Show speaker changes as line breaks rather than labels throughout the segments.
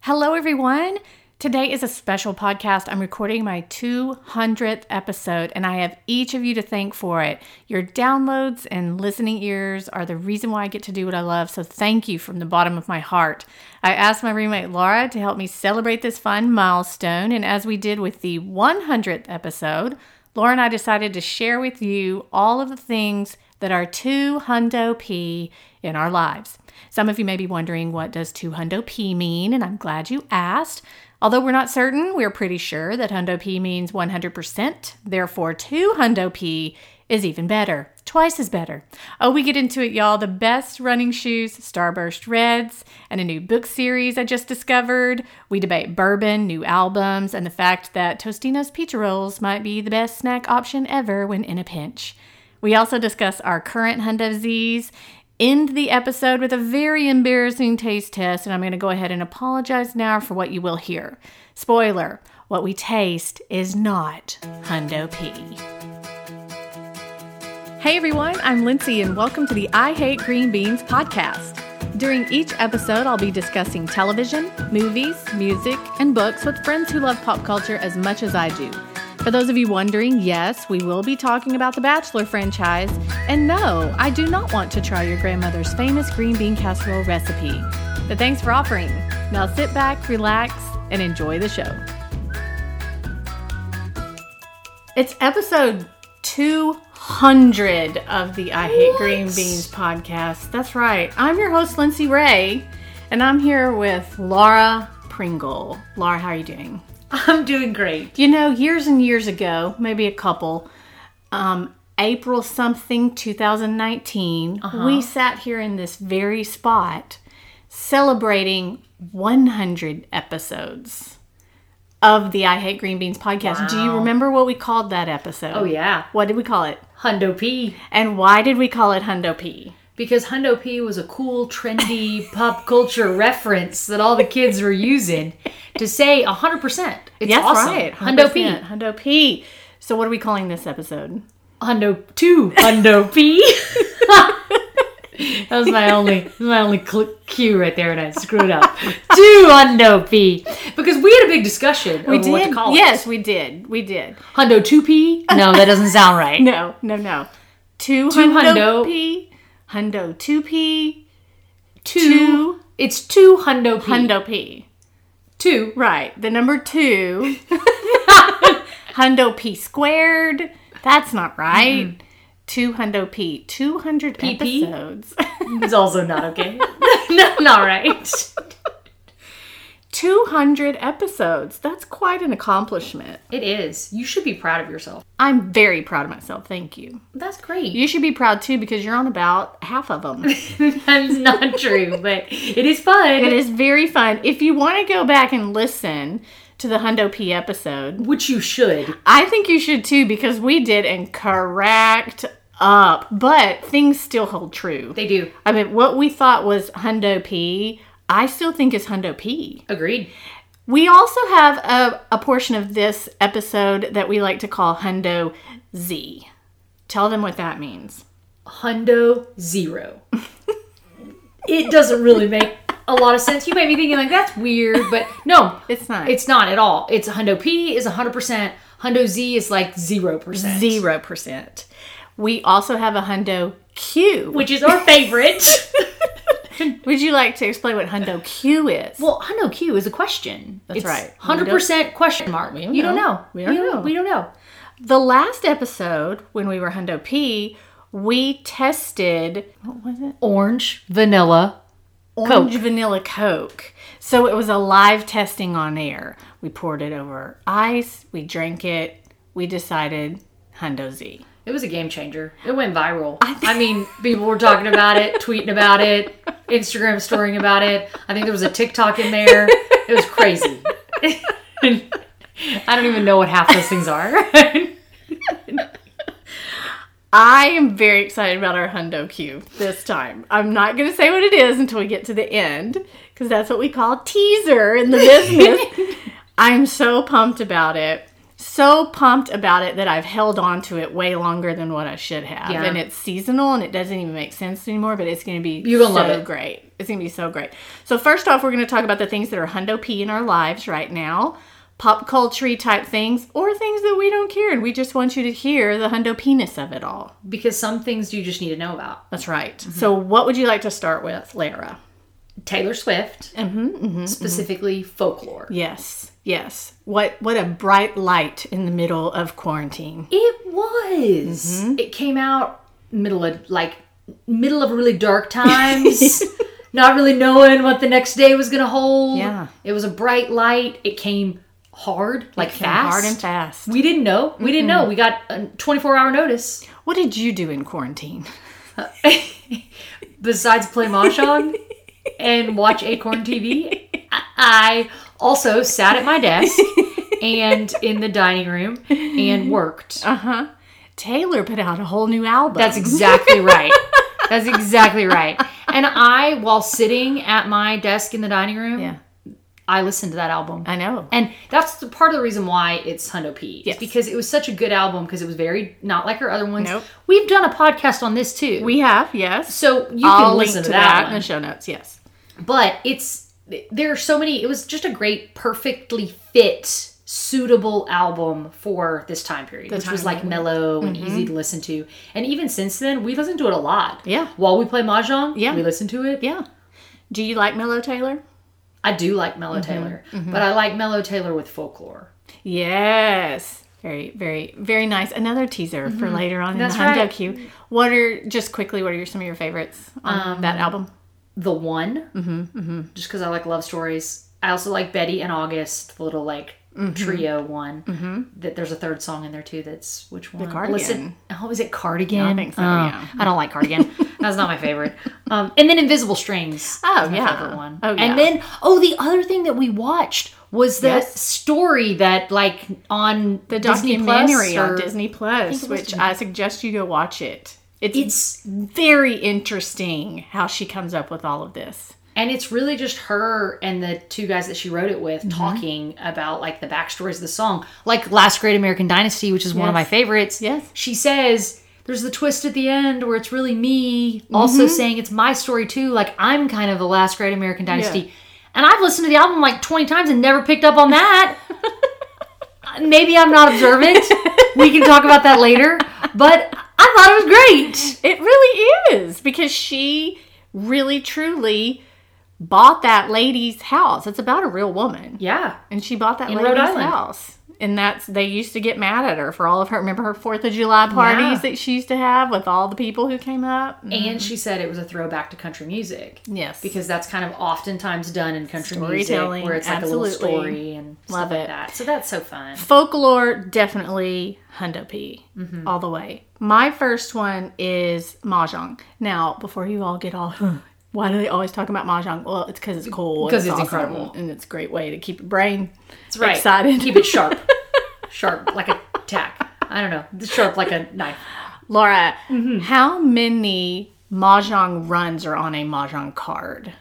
Hello, everyone. Today is a special podcast. I'm recording my 200th episode, and I have each of you to thank for it. Your downloads and listening ears are the reason why I get to do what I love, so thank you from the bottom of my heart. I asked my roommate Laura to help me celebrate this fun milestone, and as we did with the 100th episode, Laura and I decided to share with you all of the things that are 2 hundo P in our lives. Some of you may be wondering what does 2 hundo P mean, and I'm glad you asked. Although we're not certain, we're pretty sure that hundo P means 100%, therefore 2 hundo P is even better, twice as better. Oh, we get into it, y'all. The best running shoes, Starburst Reds, and a new book series I just discovered. We debate bourbon, new albums, and the fact that Tostino's pizza rolls might be the best snack option ever when in a pinch. We also discuss our current Hundo Z's, end the episode with a very embarrassing taste test, and I'm going to go ahead and apologize now for what you will hear. Spoiler what we taste is not Hundo P. Hey everyone, I'm Lindsay, and welcome to the I Hate Green Beans podcast. During each episode, I'll be discussing television, movies, music, and books with friends who love pop culture as much as I do. For those of you wondering, yes, we will be talking about the Bachelor franchise, and no, I do not want to try your grandmother's famous green bean casserole recipe. But thanks for offering. Now sit back, relax, and enjoy the show. It's episode 200 of the I Hate Green Beans podcast. That's right. I'm your host, Lindsay Ray, and I'm here with Laura Pringle. Laura, how are you doing?
I'm doing great.
You know, years and years ago, maybe a couple, um, April something 2019,
Uh-huh.
we sat here in this very spot celebrating 100 episodes of the I Hate Green Beans podcast. Do you
Wow.
remember what we called that episode?
Oh yeah,
What did we call it?
Hundo P.
And why did we call it Hundo P?
Because Hundo P was a cool, trendy pop culture reference that all the kids were using to say 100%. It's awesome. Hundo P.
100%. Hundo P. So what are we calling this episode?
Hundo 2. Hundo P. that was my only that was my only cl- cue right there and I screwed up. 2 Hundo P. Because we had a big discussion
We
over what to call it.
Yes, we did. We did.
Hundo 2P? No, that doesn't sound right.
No, no, no. Two,
hundo.
hundo P. Hundo two P. Two
It's 2 Hundo P.
hundo P.
2
Right. The number two. hundo P squared. That's not right. Two hundo P. Two hundred
PP?
episodes.
It's also not okay. no, not right.
200 episodes. That's quite an accomplishment.
It is. You should be proud of yourself.
I'm very proud of myself. Thank you.
That's great.
You should be proud too because you're on about half of them.
That's not true, but it is fun.
it is very fun. If you want to go back and listen to the Hundo P episode,
Which you should.
I think you should too because we did and correct up, but things still hold true.
They do.
I mean, what we thought was Hundo P, I still think is Hundo P.
Agreed.
We also have a, a portion of this episode that we like to call Hundo Z. Tell them what that means.
Hundo zero. it doesn't really make a lot of sense. You may be thinking like that's weird, but no,
It's not.
it's not at all. It's Hundo P is hundred percent. Hundo Z is like zero percent.
zero percent. We also have a Hundo Q. Would,
Which is our favorite.
would you like to explain what Hundo Q is?
Well, Hundo Q is a question. That's
right. We
Hundred percent question mark. you don't
know.
know.
We don't
You
know.
We don't know.
The last episode, when we were Hundo P, we tested what was it?
Orange, vanilla.
Orange vanilla Coke. So it was a live testing on air. We poured it over ice, we drank it, we decided Hundo Z.
It was a game changer. It went viral. I, mean, people were talking about it, tweeting about it, Instagram storying about it. I think there was a TikTok in there. It was crazy. I don't even know what half those things are.
I am very excited about our Hundo Q this time. I'm not going to say what it is until we get to the end because that's what we call teaser in the business. I'm so pumped about it. so pumped about it that I've held on to it way longer than what I should have.
Yeah.
And it's seasonal and it doesn't even make sense anymore, but it's going to be
You're gonna
so
love it.
great. It's going to be so great. So, first off, we're going to talk about the things that are hundo P in our lives right now pop culture type things or things that we don't care. And we just want you to hear the hundo penis of it all.
because some things you just need to know about.
That's right. So, what would you like to start with, Lara?
Taylor Swift, specifically folklore.
Yes, yes. What what a bright light in the middle of quarantine.
It was.
Mm-hmm.
It came out middle of like middle of really dark times. not really knowing what the next day was gonna hold.
Yeah.
It was a bright light. It came hard, like
Came
fast.
hard and fast.
we didn't know. We didn't know. We got a 24 hour notice.
What did you do in quarantine?
Besides play Mahjong and watch Acorn TV, I- I also sat at my desk and in the dining room and worked.
Uh-huh. Taylor put out a whole new album.
That's exactly right. That's exactly right. And I, while sitting at my desk in the dining room,
yeah.
I listened to that album.
I know.
And that's the part of the reason why it's Hundo P. is
Yes.
Because it was such a good album because it was very not like her other ones.
Nope.
We've done a podcast on this too.
We have yes.
so you
I'll
can
link
listen
to
to that,
in
one.
the show notes. Yes.
But it's there are so many it was just a great, perfectly fit, suitable album for this time period. which was
time Mm-hmm.
like mellow and easy to listen to. And even since then, we listened to it a lot.
Yeah.
While we play Mahjong,
Yeah.
we listen to it.
Yeah. Do you like Mellow Taylor?
I do like Mellow
Mm-hmm.
Taylor, but I like Mellow Taylor with folklore.
Yes. Mm-hmm. Very, very, very nice. Another teaser for later on
That's
in the Hundo
right.
Q. What are just quickly? What are your, some of your favorites on that album?
The One, mm-hmm, just because I like love stories. I also like Betty and August, the little like trio one. Mm-hmm. That there's a third song in there too. That's which one?
Cardigan.
Listen, oh, is it Cardigan?
I think so,
Oh,
yeah.
I don't like Cardigan. That's not my favorite. Um, and then Invisible Strings.
Oh,
is my
yeah.
favorite one.
Oh, yeah.
And then oh, the other thing that we watched was the
Yes.
story that like on
The
Disney Plus
documentary on
or-
Disney Plus,
was
which I suggest you go watch it. It's,
It's-
very interesting how she comes up with all of this.
And it's really just her and the two guys that she wrote it
Mm-hmm.
with talking about like the backstories of the song. Like Last Great American Dynasty, which is one of my
Yes.
favorites.
Yes.
She says, There's the twist at the end where it's really me,
Mm-hmm.
also saying it's my story too. Like I'm kind of the Last Great American Dynasty. And I've listened to the album like 20 times and never picked up on that. Maybe I'm not observant. we can talk about that later. But I thought it was great.
It really is because she really truly bought that lady's house. It's about a real woman,
Yeah.
and she bought that
Rhode
lady's
Island.
house. And that's they used to get mad at her for all of her. Remember her Fourth of July parties
Yeah.
that she used to have with all the people who came up.
And she said it was a throwback to country music.
Yes,
because that's kind of oftentimes done in country music
Storytelling,
where it's like a little
absolutely.
story and
Love
stuff like
it.
that. So that's so fun.
folklore definitely hundo p
Mm-hmm.
all the way my first one is mahjong now before you all get all "Huh, why do they always talk about mahjong well it's because it's cool and
Because it's
awesome,
incredible.
and it's a great way to keep your brain
That's right.
excited.
Keep it sharp. sharp like a tack. I don't know. Sharp like a knife.
laura
Mm-hmm.
how many mahjong runs are on a mahjong card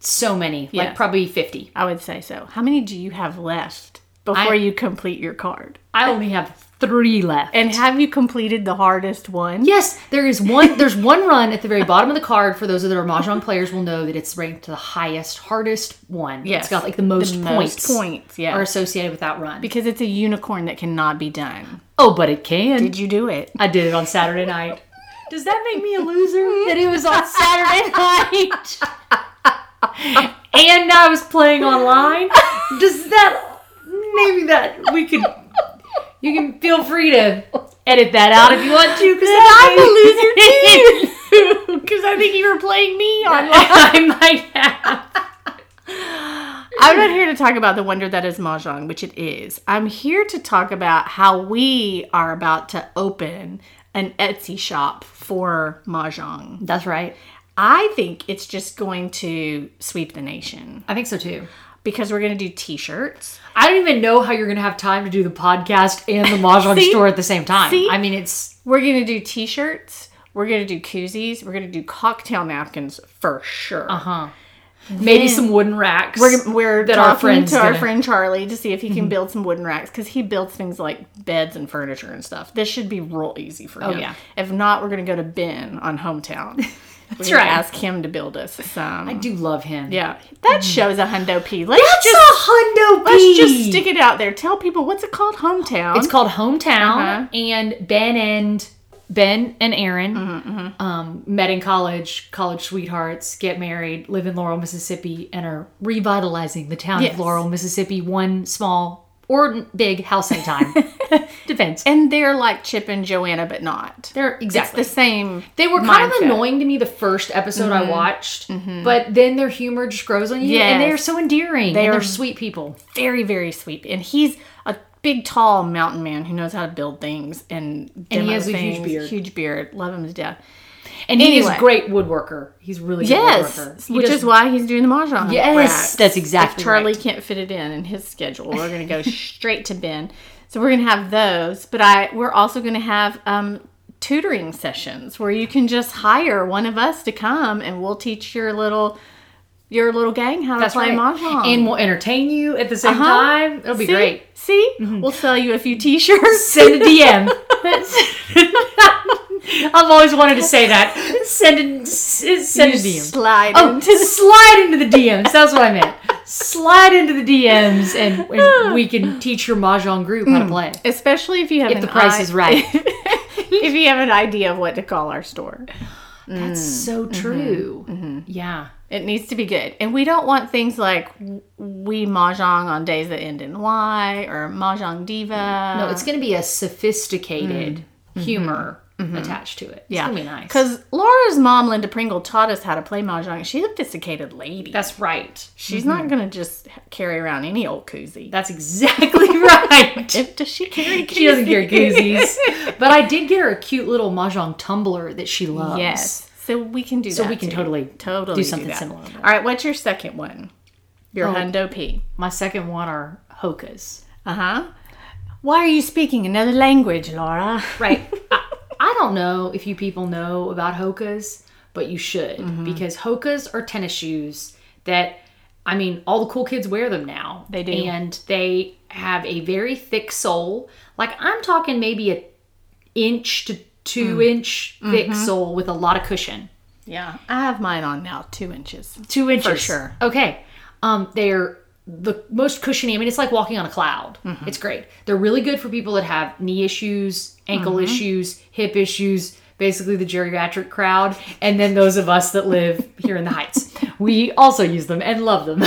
So many.
Yeah.
Like probably 50.
i would say so how many do you have left before
I-
you complete your card
I only have 3 left.
and have you completed the hardest one
Yes, there is one. There's one run at the very bottom of the card. For those that are mahjong players, will know that it's ranked the highest, hardest one.
Yes.
it's got like the most points
most points yeah
are associated with that run.
because it's a unicorn that cannot be done
oh, but it can.
did you do it
I did it on Saturday night. Does that make me a loser? that it was on Saturday night. and I was playing online. Does that maybe that we could you can feel free to edit that out if you want to because
I'm a loser
loser too.
Because I think you were playing me online.
I might have.
I'm not here to talk about the wonder that is Mahjong, which it is. I'm here to talk about how we are about to open an Etsy shop for Mahjong.
That's right.
I think it's just going to sweep the nation
I think so too.
because we're going to do t shirts.
I don't even know how you're going to have time to do the podcast and the mahjong
See?
store at the same time.
See?
I mean, it's
We're going to do t shirts. We're going to do koozies. We're going to do cocktail napkins for sure.
uh huh. maybe some wooden racks.
We're, we're
that
talking
our friend's
to our
gonna- Mm-hmm.
friend Charlie to see if he can build some wooden racks because he builds things like beds and furniture and stuff. This should be real easy for him.
Oh, yeah.
If not, we're gonna go to Ben on hometown. That's
right.
Ask him to build us some.
I do love him.
yeah, that show's a hundo p. Let's
That's
just
a hundo
let's just
pea.
stick it out there. Tell people what's it called? Hometown.
It's called Hometown,
Uh-huh.
and Ben and Ben and Aaron um, met in college, college sweethearts, get married, live in Laurel, Mississippi, and are revitalizing the town
Yes.
of Laurel, Mississippi, one small or n- big house at a time. Depends.
and they're like Chip and Joanna, but not.
They're exactly.
It's the same.
they were kind
mindset.
of annoying to me the first episode I watched, but then their humor just grows on you, and they
Yes.
are so endearing.
They
They and
are-
they're sweet people.
very very sweet and he's a big tall mountain man who knows how to build things and demo
has a huge
things.
beard.
huge beard love him to death
And he is
Anyway.
a great woodworker. He's really good
yes
woodworker. He
which
does
is why he's doing the mahjong
Yes,
racks.
that's exactly
if charlie
right.
can't fit it in in his schedule we're gonna go straight to ben so we're gonna have those but i we're also gonna have um tutoring sessions where you can just hire one of us to come and we'll teach your little your little gang how to play mahjong
And we'll entertain you at the same
Uh-huh.
time. It'll be
See?
great. Mm-hmm.
See, we'll sell you a few T-shirts.
Send a DM. I've always wanted to say that. Send a, s- send a
You
DM.
Slide.
Oh,
into-
to slide into the DMs. That's what I meant. Slide into the DMs, and, and we can teach your mahjong group how to play.
especially if you have
If
an
the price
eye-
is right.
if you have an idea of what to call our store,
That's so true. Yeah.
it needs to be good. And we don't want things like w- we mahjong on days that end in y or mahjong diva.
No, it's going to be a sophisticated humor attached to it. It's going to be nice.
Because Laura's mom, Linda Pringle, taught us how to play mahjong. She's a sophisticated lady.
that's right.
She's not going to just carry around any old koozie.
That's exactly right.
If- Does she carry? Koozie?
She doesn't care koozies. but I did get her a cute little mahjong tumbler that she loves.
Yes. So we can do
So
that.
we can
too.
totally
totally
do
do
something
that.
similar. Oh.
All right. What's your second one? Your hundo p.
My second one are hokas.
Uh
Uh-huh.
huh. Why are you speaking another language, Laura?
Right. I, I don't know if you people know about hokas, but you should
Mm-hmm.
because hokas are tennis shoes that I mean, all the cool kids wear them now.
They do.
And they have a very thick sole. Like I'm talking maybe an inch to 2
Mm.
inch thick
Mm-hmm.
sole with a lot of cushion.
Yeah, I have mine on now, two inches.
Two inches.
sure.
Okay. Um, they're the most cushiony. I mean, it's like walking on a cloud.
Mm-hmm.
It's great. They're really good for people that have knee issues, ankle
Mm-hmm.
issues, hip issues, basically the geriatric crowd, and then those of us that live here in the Heights. We also use them and love them.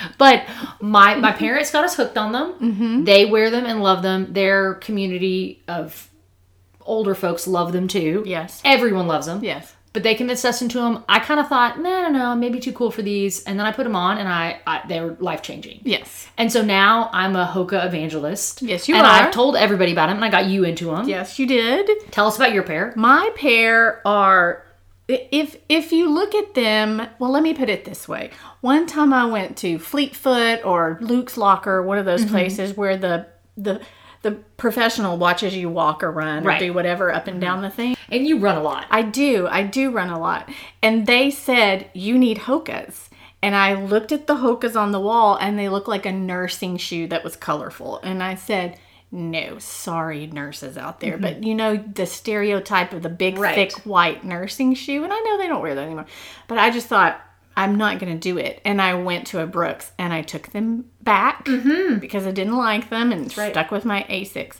but my my parents got us hooked on them.
Mm-hmm.
They wear them and love them. Their community of older folks love them too.
Yes.
Everyone loves them.
Yes.
But they convinced us into them. I kind of thought, no, no, no, maybe too cool for these. And then I put them on, and I, I they were life changing.
Yes.
And so now I'm a Hoka evangelist.
Yes, you
and
are.
I've told everybody about them, and I got you into them.
Yes, you did.
Tell us about your pair.
My pair are if if you look at them, well let me put it this way. One time I went to Fleetfoot or Luke's Locker, one of those places where the the the professional watches you walk or run or
Right.
do whatever up and down the thing.
And you run a lot.
I do. I do run a lot. And they said, you need Hokas. And I looked at the Hokas on the wall and they looked like a nursing shoe that was colorful. And I said, no, sorry, nurses out there. But you know, the stereotype of the big,
Mm-hmm. Right.
thick, white nursing shoe. And I know they don't wear that anymore. But I just thought, I'm not going to do it. And I went to a Brooks and I took them back
Mm-hmm.
because I didn't like them and stuck with my Asics.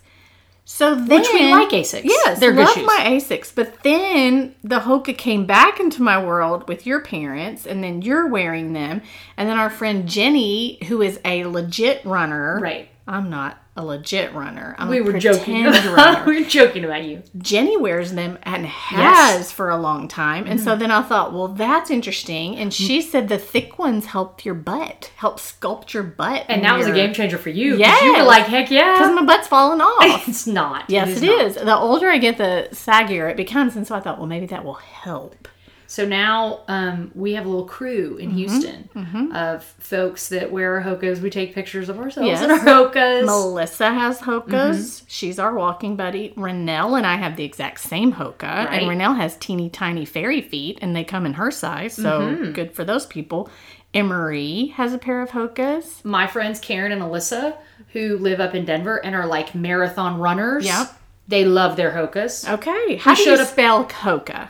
So then,
Which we like Asics.
Yes,
They're
they're love
good shoes.
my Asics. But then the Hoka came back into my world with your parents, and then you're wearing them, and then our friend Jenny, who is a legit runner.
Right.
I'm not a legit runner. I'm
We
a
were joking.
pretend runner.
we were joking about you.
Jenny wears them and has
Yes. Mm-hmm.
for a long time, and so then I thought, well, that's interesting. And she said the thick ones help your butt, help sculpt your butt,
And that was a
your-
game changer for you. 'cause You were
Yes.
like, heck yeah.
because my butt's falling off.
It's not.
Yes, it is. The older I get, the saggier it becomes. And so I thought, well, maybe that will help.
So now um, we have a little crew
Mm-hmm.
in Houston of folks that wear our hokas. We take pictures of ourselves in our
Yes.
hokas.
Melissa has hokas. She's our walking buddy. Renelle and I have the exact same hoka. And
Right.
Renelle has teeny tiny fairy feet and they come in her size. So good for those people. Emery has a pair of hokas.
my friends Karen and Alyssa, who live up in Denver and are like marathon runners.
Yep.
They love their hokas.
Okay. How do you
showed up-
spell hoka?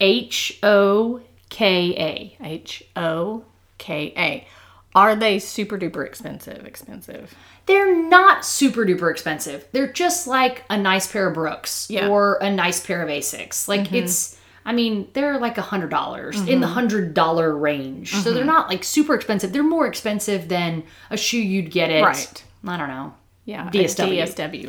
H O K A.
H O K A. Are they super duper expensive? Expensive.
They're not super duper expensive. They're just like a nice pair of Brooks
Yeah. Mm-hmm.
or a nice pair of Asics. Like it's I mean, they're like a hundred dollars in the hundred dollar range.
Mm-hmm.
So they're not like super expensive. They're more expensive than a shoe you'd get at
Right.
I don't know.
Yeah. a
DSW.
DSW or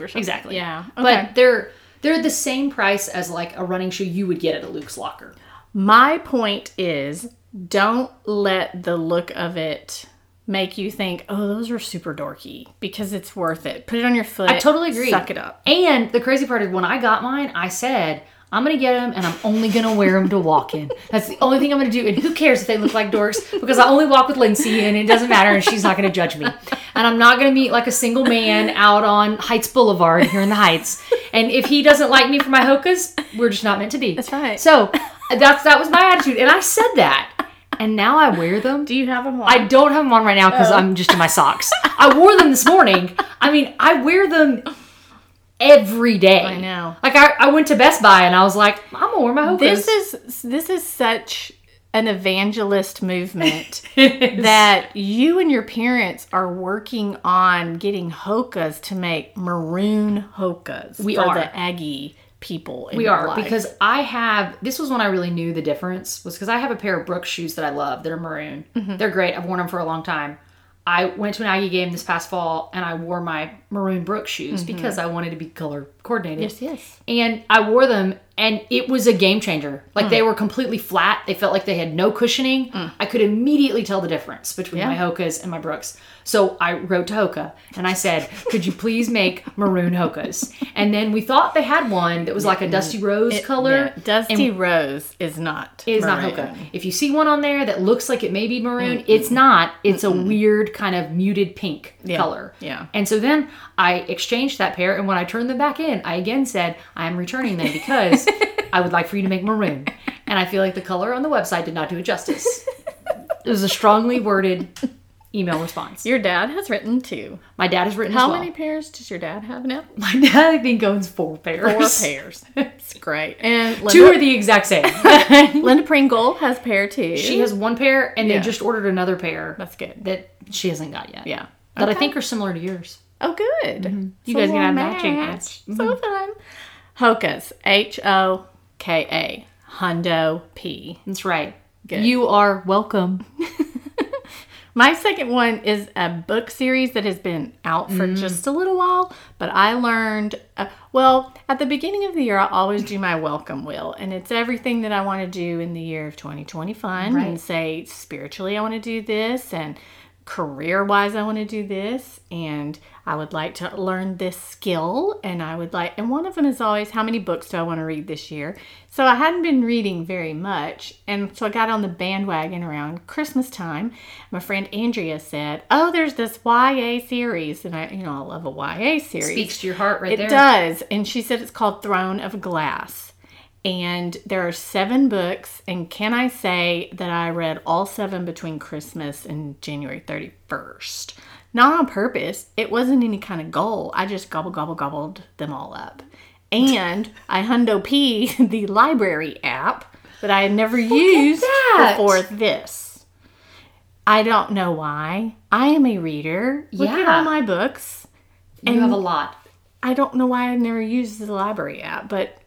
something.
Exactly.
Yeah. Okay.
But they're they're the same price as like a running shoe you would get at a Luke's Locker.
My point is don't let the look of it make you think, oh, those are super dorky because it's worth it. Put it on your foot. I
totally agree.
Suck it up.
And the crazy part is when I got mine, I said, I'm gonna get them and I'm only gonna wear them to walk in. That's the only thing I'm gonna do. And who cares if they look like dorks? Because I only walk with Lindsay and it doesn't matter and she's not gonna judge me. And I'm not gonna meet like a single man out on Heights Boulevard here in the Heights. And if he doesn't like me for my hokas, we're just not meant to be. That's
right.
So that's that was my attitude. And I said that. And now I wear them.
Do you have them?
I don't have them on right now because
Oh.
I'm just in my socks. I wore them this morning. I mean, I wear them every day. I
know.
Like I, I went to Best Buy and I was like, I'm gonna wear my Hokas.
this is this is such an evangelist movement that you and your parents are working on getting hokas to make maroon hokas
We
for
are.
the Aggie people. In
we
your
are
life.
because I have. This was when I really knew the difference was because I have a pair of Brooks shoes that I love. They're maroon.
Mm-hmm.
They're great. I've worn them for a long time. I went to an Aggie game this past fall and I wore my maroon Brooks shoes because I wanted to be color coordinated.
Mm-hmm. yes, yes.
and I wore them and it was a game changer. Like they were completely flat. They felt like they had no cushioning. I could immediately tell the difference between my Hokas and my Brooks. So I wrote to Hoka and I said, "Could you please make maroon Hokas?" And then we thought they had one that was like a dusty rose color.
Yeah, Dusty Rose is not
It is not
maroon.
Hoka. If you see one on there that looks like it may be maroon, it's not. It's a weird kind of muted pink color.
Yeah.
And so then I exchanged that pair, and when I turned them back in, I again said, I am returning them because I would like for you to make maroon. And I feel like the color on the website did not do it justice. it was a strongly worded email response.
Your dad has written too.
My dad has written as
How
well.
many pairs does your dad have now?
My dad, I think, owns four pairs.
Four pairs. It's great. And Linda,
Two are the exact same.
Linda Pringle has pair too.
she has one pair, and
Yeah.
they just ordered another pair.
That's good.
that she hasn't got yet.
Yeah.
That I
Okay.
think are similar to yours.
Oh, good.
You
So
guys can
we'll
have matching
match. So fun. Hokas. Mm-hmm. H O K A. Hundo P.
That's right.
Good.
You are welcome.
My second one is a book series that has been out for just a little while, but I learned, uh, well, at the beginning of the year, I always do my welcome wheel, and it's everything that I want to do in the year of 2020 fun and say, spiritually, I want to do this, and career wise, I want to do this, and I would like to learn this skill, and I would like, and one of them is always, how many books do I want to read this year? So I hadn't been reading very much, and so I got on the bandwagon around Christmas time. My friend Andrea said, "Oh, there's this YA series," and I, you know, I love a YA series.
Speaks to your heart right
it
there.
does, and she said it's called Throne of Glass. And there are seven books, and can I say that I read all seven between Christmas and January 31st? Not on purpose, it wasn't any kind of goal. I just gobble, gobble, gobbled them all up. And I hundo P the library app that I had never used
that.
before this. I don't know why. I am a reader. Look at
Yeah.
all my books.
you have a lot.
I don't know why I never used the library app, but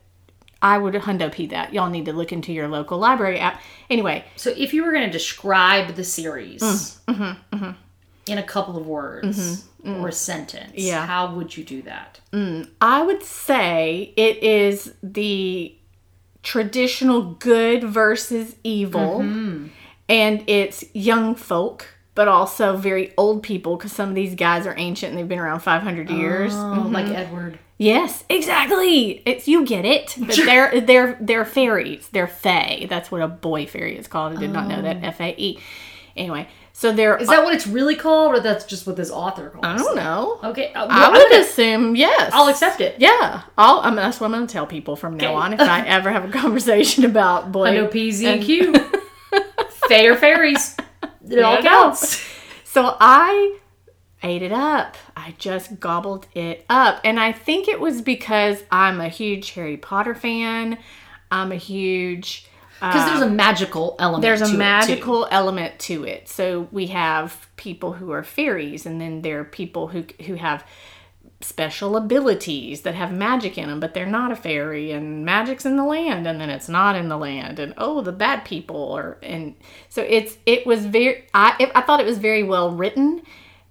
I would hundo p that. Y'all need to look into your local library app. Anyway,
So if you were going to describe the series mm-hmm, in a couple of words or a sentence,
Yeah.
how would you do that?
I would say it is the traditional good versus evil, and it's young folk, but also very old people because some of these guys are ancient and they've been around 500 years.
Oh, like Edward.
Yes, exactly. It's you get it. But they're they're they're fairies. They're fae. That's what a boy fairy is called. I did not know that. F A E. Anyway, so they're.
Oh. Is that what it's really called, or that's just what this author calls?
I don't know.
it? Okay,
I
uh, well,
would
I'm gonna-
assume yes.
I'll accept it.
Yeah, I'll. I mean, that's what I'm going to tell people from now
Okay.
on if I ever have a conversation about boy.
I know PZQ. Fair fairies. It all
Yeah.
counts.
So I ate it up. I just gobbled it up. And I think it was because I'm a huge Harry Potter fan. I'm a huge.
Because there's a magical element.
There's
to it,
a
too.
magical element to it. So we have people who are fairies, and then there are people who who have special abilities that have magic in them, but they're not a fairy, and magic's in the land, and then it's not in the land, and oh, the bad people are, and so it's it was very. I it, I thought it was very well written.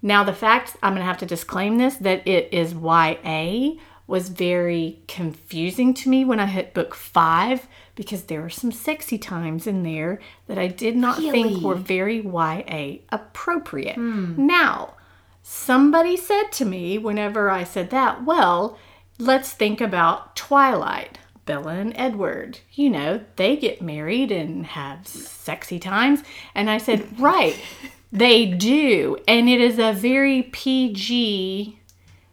Now the fact I'm gonna have to disclaim this that it is YA was very confusing to me when I hit book five because there were some sexy times in there that I did not think were very YA appropriate. Now, somebody said to me whenever I said that, well, let's think about Twilight, Bella and Edward. You know, they get married and have sexy times. And I said, right, they do. And it is a very PG.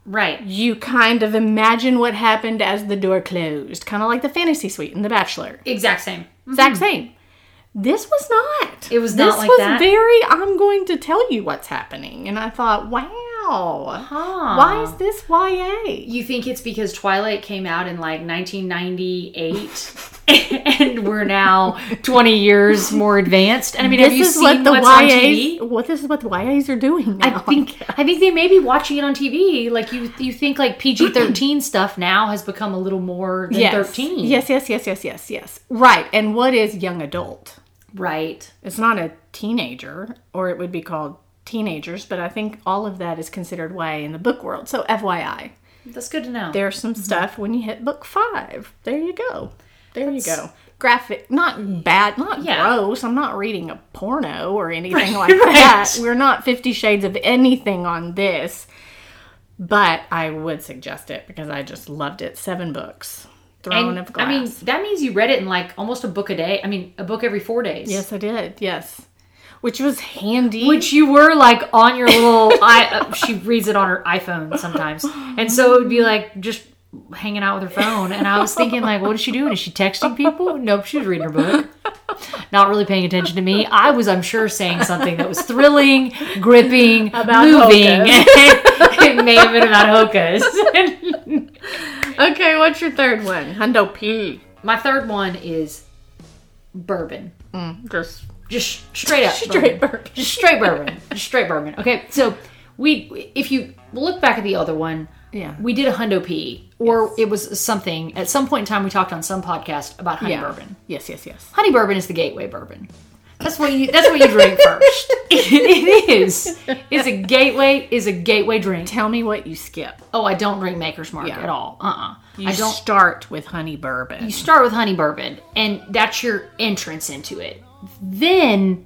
Right.
You kind of imagine what happened as the door closed, kind of like the fantasy suite in The Bachelor.
Exact same.
Exact same. This was not.
Hmm. It was
this
not like
was
that?
very. I'm going to tell you what's happening, and I thought, wow,
Huh.
why is this YA?
You think it's because Twilight came out in like 1998 and we're now 20 years more advanced? And I mean, have you
This is
seen
what the
what's on
YAs.
TV?
What this is what the YAs are doing.
I
now.
think I think they may be watching it on TV. Like you, you think like PG thirteen stuff now has become a little more than
yes.
thirteen.
Yes, yes, yes, yes, yes, yes. Right. And what is young adult?
right.
It's not a teenager, or it would be called teenagers. But I think all of that is considered YA in the book world. So FYI,
That's good to know.
there's some stuff when you hit book five. There you go. There you go. Graphic, not bad, not
Yeah.
gross. I'm not reading a porno or anything like that. We're not Fifty Shades of anything on this, but I would suggest it because I just loved it. Seven books, Throne
And,
of Glass.
I mean, that means you read it in like almost a book a day. I mean, a book every four days.
yes, I did. Yes, which was handy.
Which you were like on your little. I uh, she reads it on her iPhone sometimes, and so it would be like just hanging out with her phone. And I was thinking like, what is she doing? Is she texting people? Nope, she was reading her book. Not really paying attention to me. I was, I'm sure, saying something that was thrilling, gripping,
About
moving.
Hokas.
it may have been about Hokas.
okay, what's your third one? Hundo P.
My third one is bourbon.
Just
Just straight up.
straight bird.
Just straight bourbon. Just straight bourbon. Okay, so we, if you look back at the other one,
Yeah.
we did a hundo P, or it was something. At some point in time, we talked on some podcast about honey bourbon.
Yes, yes, yes.
Honey bourbon is the gateway bourbon. That's what you. That's what you drink first. it is. It's a gateway. Is a gateway drink.
Tell me what you skip.
Oh, I don't drink Maker's Mark
Yeah.
at all. Uh uh
You
I don't.
start with honey bourbon.
You start with honey bourbon, and that's your entrance into it. Then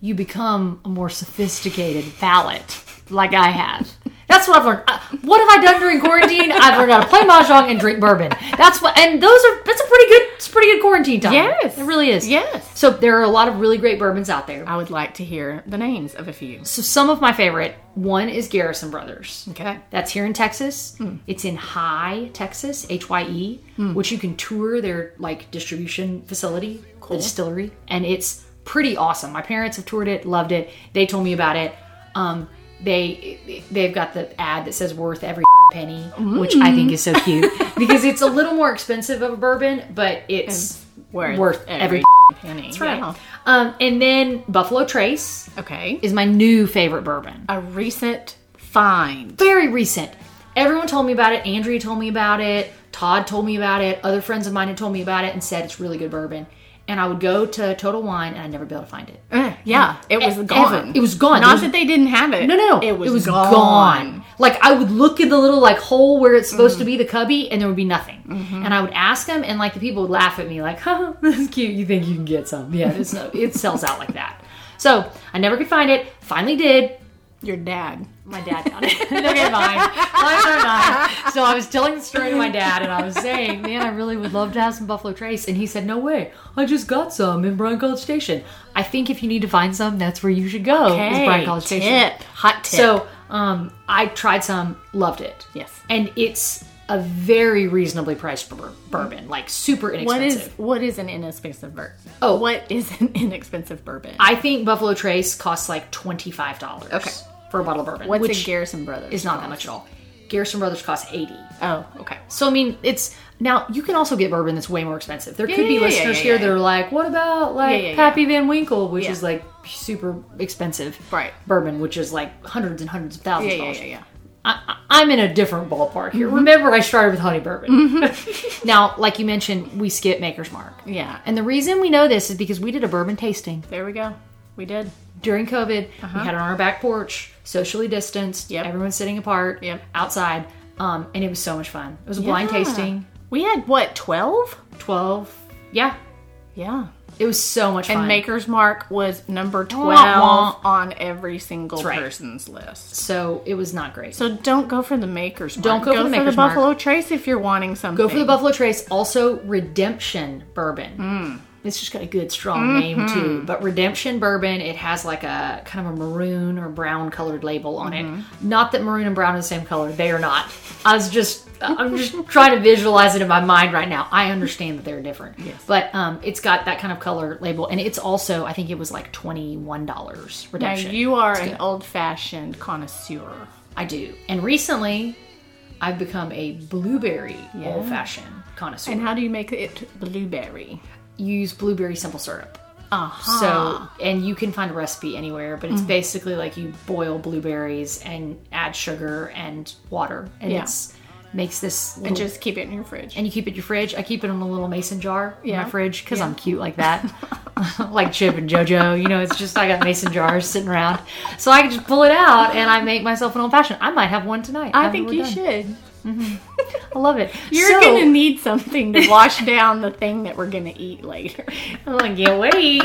you become a more sophisticated palate, like I have. That's what I've learned. Uh, what have I done during quarantine? I've learned how to play mahjong and drink bourbon. That's what, and those are that's a pretty good, it's a pretty good quarantine time.
Yes.
it really is.
Yes.
So there are a lot of really great bourbons out there.
I would like to hear the names of a few.
So some of my favorite one is Garrison Brothers.
Okay.
That's here in Texas. It's in High, Texas, H Y E, which you can tour their like distribution facility, the distillery, and it's pretty awesome. My parents have toured it, loved it. They told me about it. Um, they they've got the ad that says worth every penny, which I think is so cute because it's a little more expensive of a bourbon, but it's worth, every.
penny. That's
Right. Um, and then Buffalo Trace
Okay.
is my new favorite bourbon
A recent find.
very recent. Everyone told me about it. Andrea told me about it. Todd told me about it. Other friends of mine had told me about it and said it's really good bourbon. And I would go to Total Wine and I'd never be able to find it.
yeah. Uh, eh, It was
Ever.
gone.
It was gone. It
Not
was-
that they didn't have it.
No, no, no.
It was,
gone. Mm-hmm. Like I would look in the little like hole where it's supposed to be the cubby, and there would be nothing. And I would ask them, and like the people would laugh at me, like, "Huh, that's cute. You think you can get some? Yeah, it's no, it sells out like that." So I never could find it. Finally, did
Your dad.
My dad got it. okay, fine. Fine, fine, fine. So I was telling the story to my dad, and I was saying, "Man, I really would love to have some Buffalo Trace." And he said, "No way. I just got some in Bryan College Station. I think if you need to find some, that's where you should go. is Bryan College Station.
Tip. Hot tip.
So um, I tried some, loved it.
Yes.
and it's a very reasonably priced bur- bourbon, like super
what
inexpensive.
is what is an inexpensive bourbon?
Oh.
what is an inexpensive bourbon?
I think Buffalo Trace costs like twenty five dollars.
Okay.
for a bottle of bourbon,
What's
which
a Garrison Brothers?
is not that much at all. Garrison Brothers costs eighty.
Oh, okay.
So I mean, it's now you can also get bourbon that's way more expensive. There could be
yeah, yeah,
listeners
yeah,
here
yeah.
that are like, "What about like
yeah, yeah.
Pappy Van Winkle, which
Yeah.
is like super expensive,
Right.
Bourbon, which is like hundreds and hundreds of thousands
Yeah,
of
yeah,
dollars."
yeah, Mm-hmm. yeah.
I, I- I'm in a different ballpark here. Remember, I started with honey bourbon. now, like you mentioned, we skip Maker's Mark.
Mm-hmm. Yeah.
And the reason we know this is because we did a bourbon tasting
There we go. We did.
during COVID. We had it on our back porch, socially distanced.
Uh-huh. Yep.
Everyone sitting apart.
Yep.
Outside. Um, and it was so much fun. It was a blind
Yeah.
tasting.
We had what twelve?
Twelve. Yeah.
Yeah.
It was so much
And
fun.
Maker's Mark was number twelve
Wah,
on every single
right.
person's list.
so it was not great.
So don't go for the Maker's Mark.
Don't go for the Maker's Mark.
Buffalo Trace if you're wanting something.
Go for the Buffalo Trace. Also, Redemption Bourbon.
Mm.
It's just got a good, strong name
Mm-hmm.
too. But Redemption Bourbon, it has like a kind of a maroon or brown colored label on it.
Mm-hmm.
Not that maroon and brown are the same color. They are not. I was just, I'm just trying to visualize it in my mind right now. I understand that they're different. Yes. But um, it's got that kind of color label, and it's also, I think it was like twenty one dollars
Now
redemption.
you are an old-fashioned connoisseur.
I do. And recently, I've become a blueberry old fashioned connoisseur.
And how do you make it blueberry?
use blueberry simple syrup.
Uh-huh.
So, and you can find a recipe anywhere, but it's basically like you boil blueberries and add sugar and water, and
Yeah.
it's makes this little,
and
and,
just keep it in your fridge.
you keep it in your fridge. I keep it in a little mason jar in
Yeah.
my fridge because I'm cute like that, like Chip and JoJo. You know, it's just I got mason jars sitting around, so I can just pull it out and I make myself an old fashioned. I might have one tonight.
I
now that
think
we're
you
done.
should.
I love it.
You're
So-
gonna need something to wash down the thing that we're gonna eat later.
Oh, I can't wait.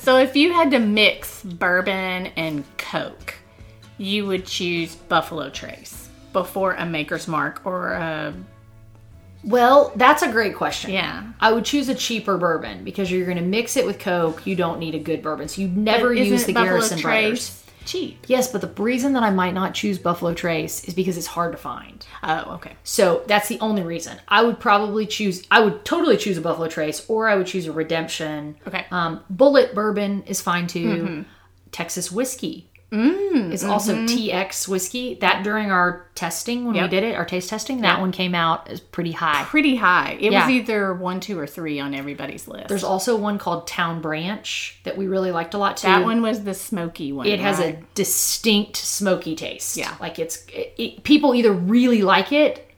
So if you had to mix bourbon and Coke, you would choose Buffalo Trace before a Maker's Mark or a
Well, that's a great question.
yeah.
I would choose a cheaper bourbon because you're going to mix it with Coke. You don't need a good bourbon, so you never use
Isn't
the
Buffalo
Garrison Brothers.
Trace cheap?
Yes, but the reason that I might not choose Buffalo Trace is because it's hard to find.
Oh, okay.
So that's the only reason. I would probably choose. I would totally choose a Buffalo Trace, or I would choose a Redemption.
Okay.
Um, Bullet bourbon is fine too.
Mm-hmm.
Texas whiskey
Mm,
is also TX whiskey. That during our testing when
Yep.
we did it, our taste testing, that one came out as pretty high.
Pretty high. It
Yeah.
was either one, two, or three on everybody's list.
There's also one called Town Branch that we really liked a lot too.
that one was the smoky one.
It has
right?
a distinct smoky taste.
Yeah.
like it's it, it- people either really like it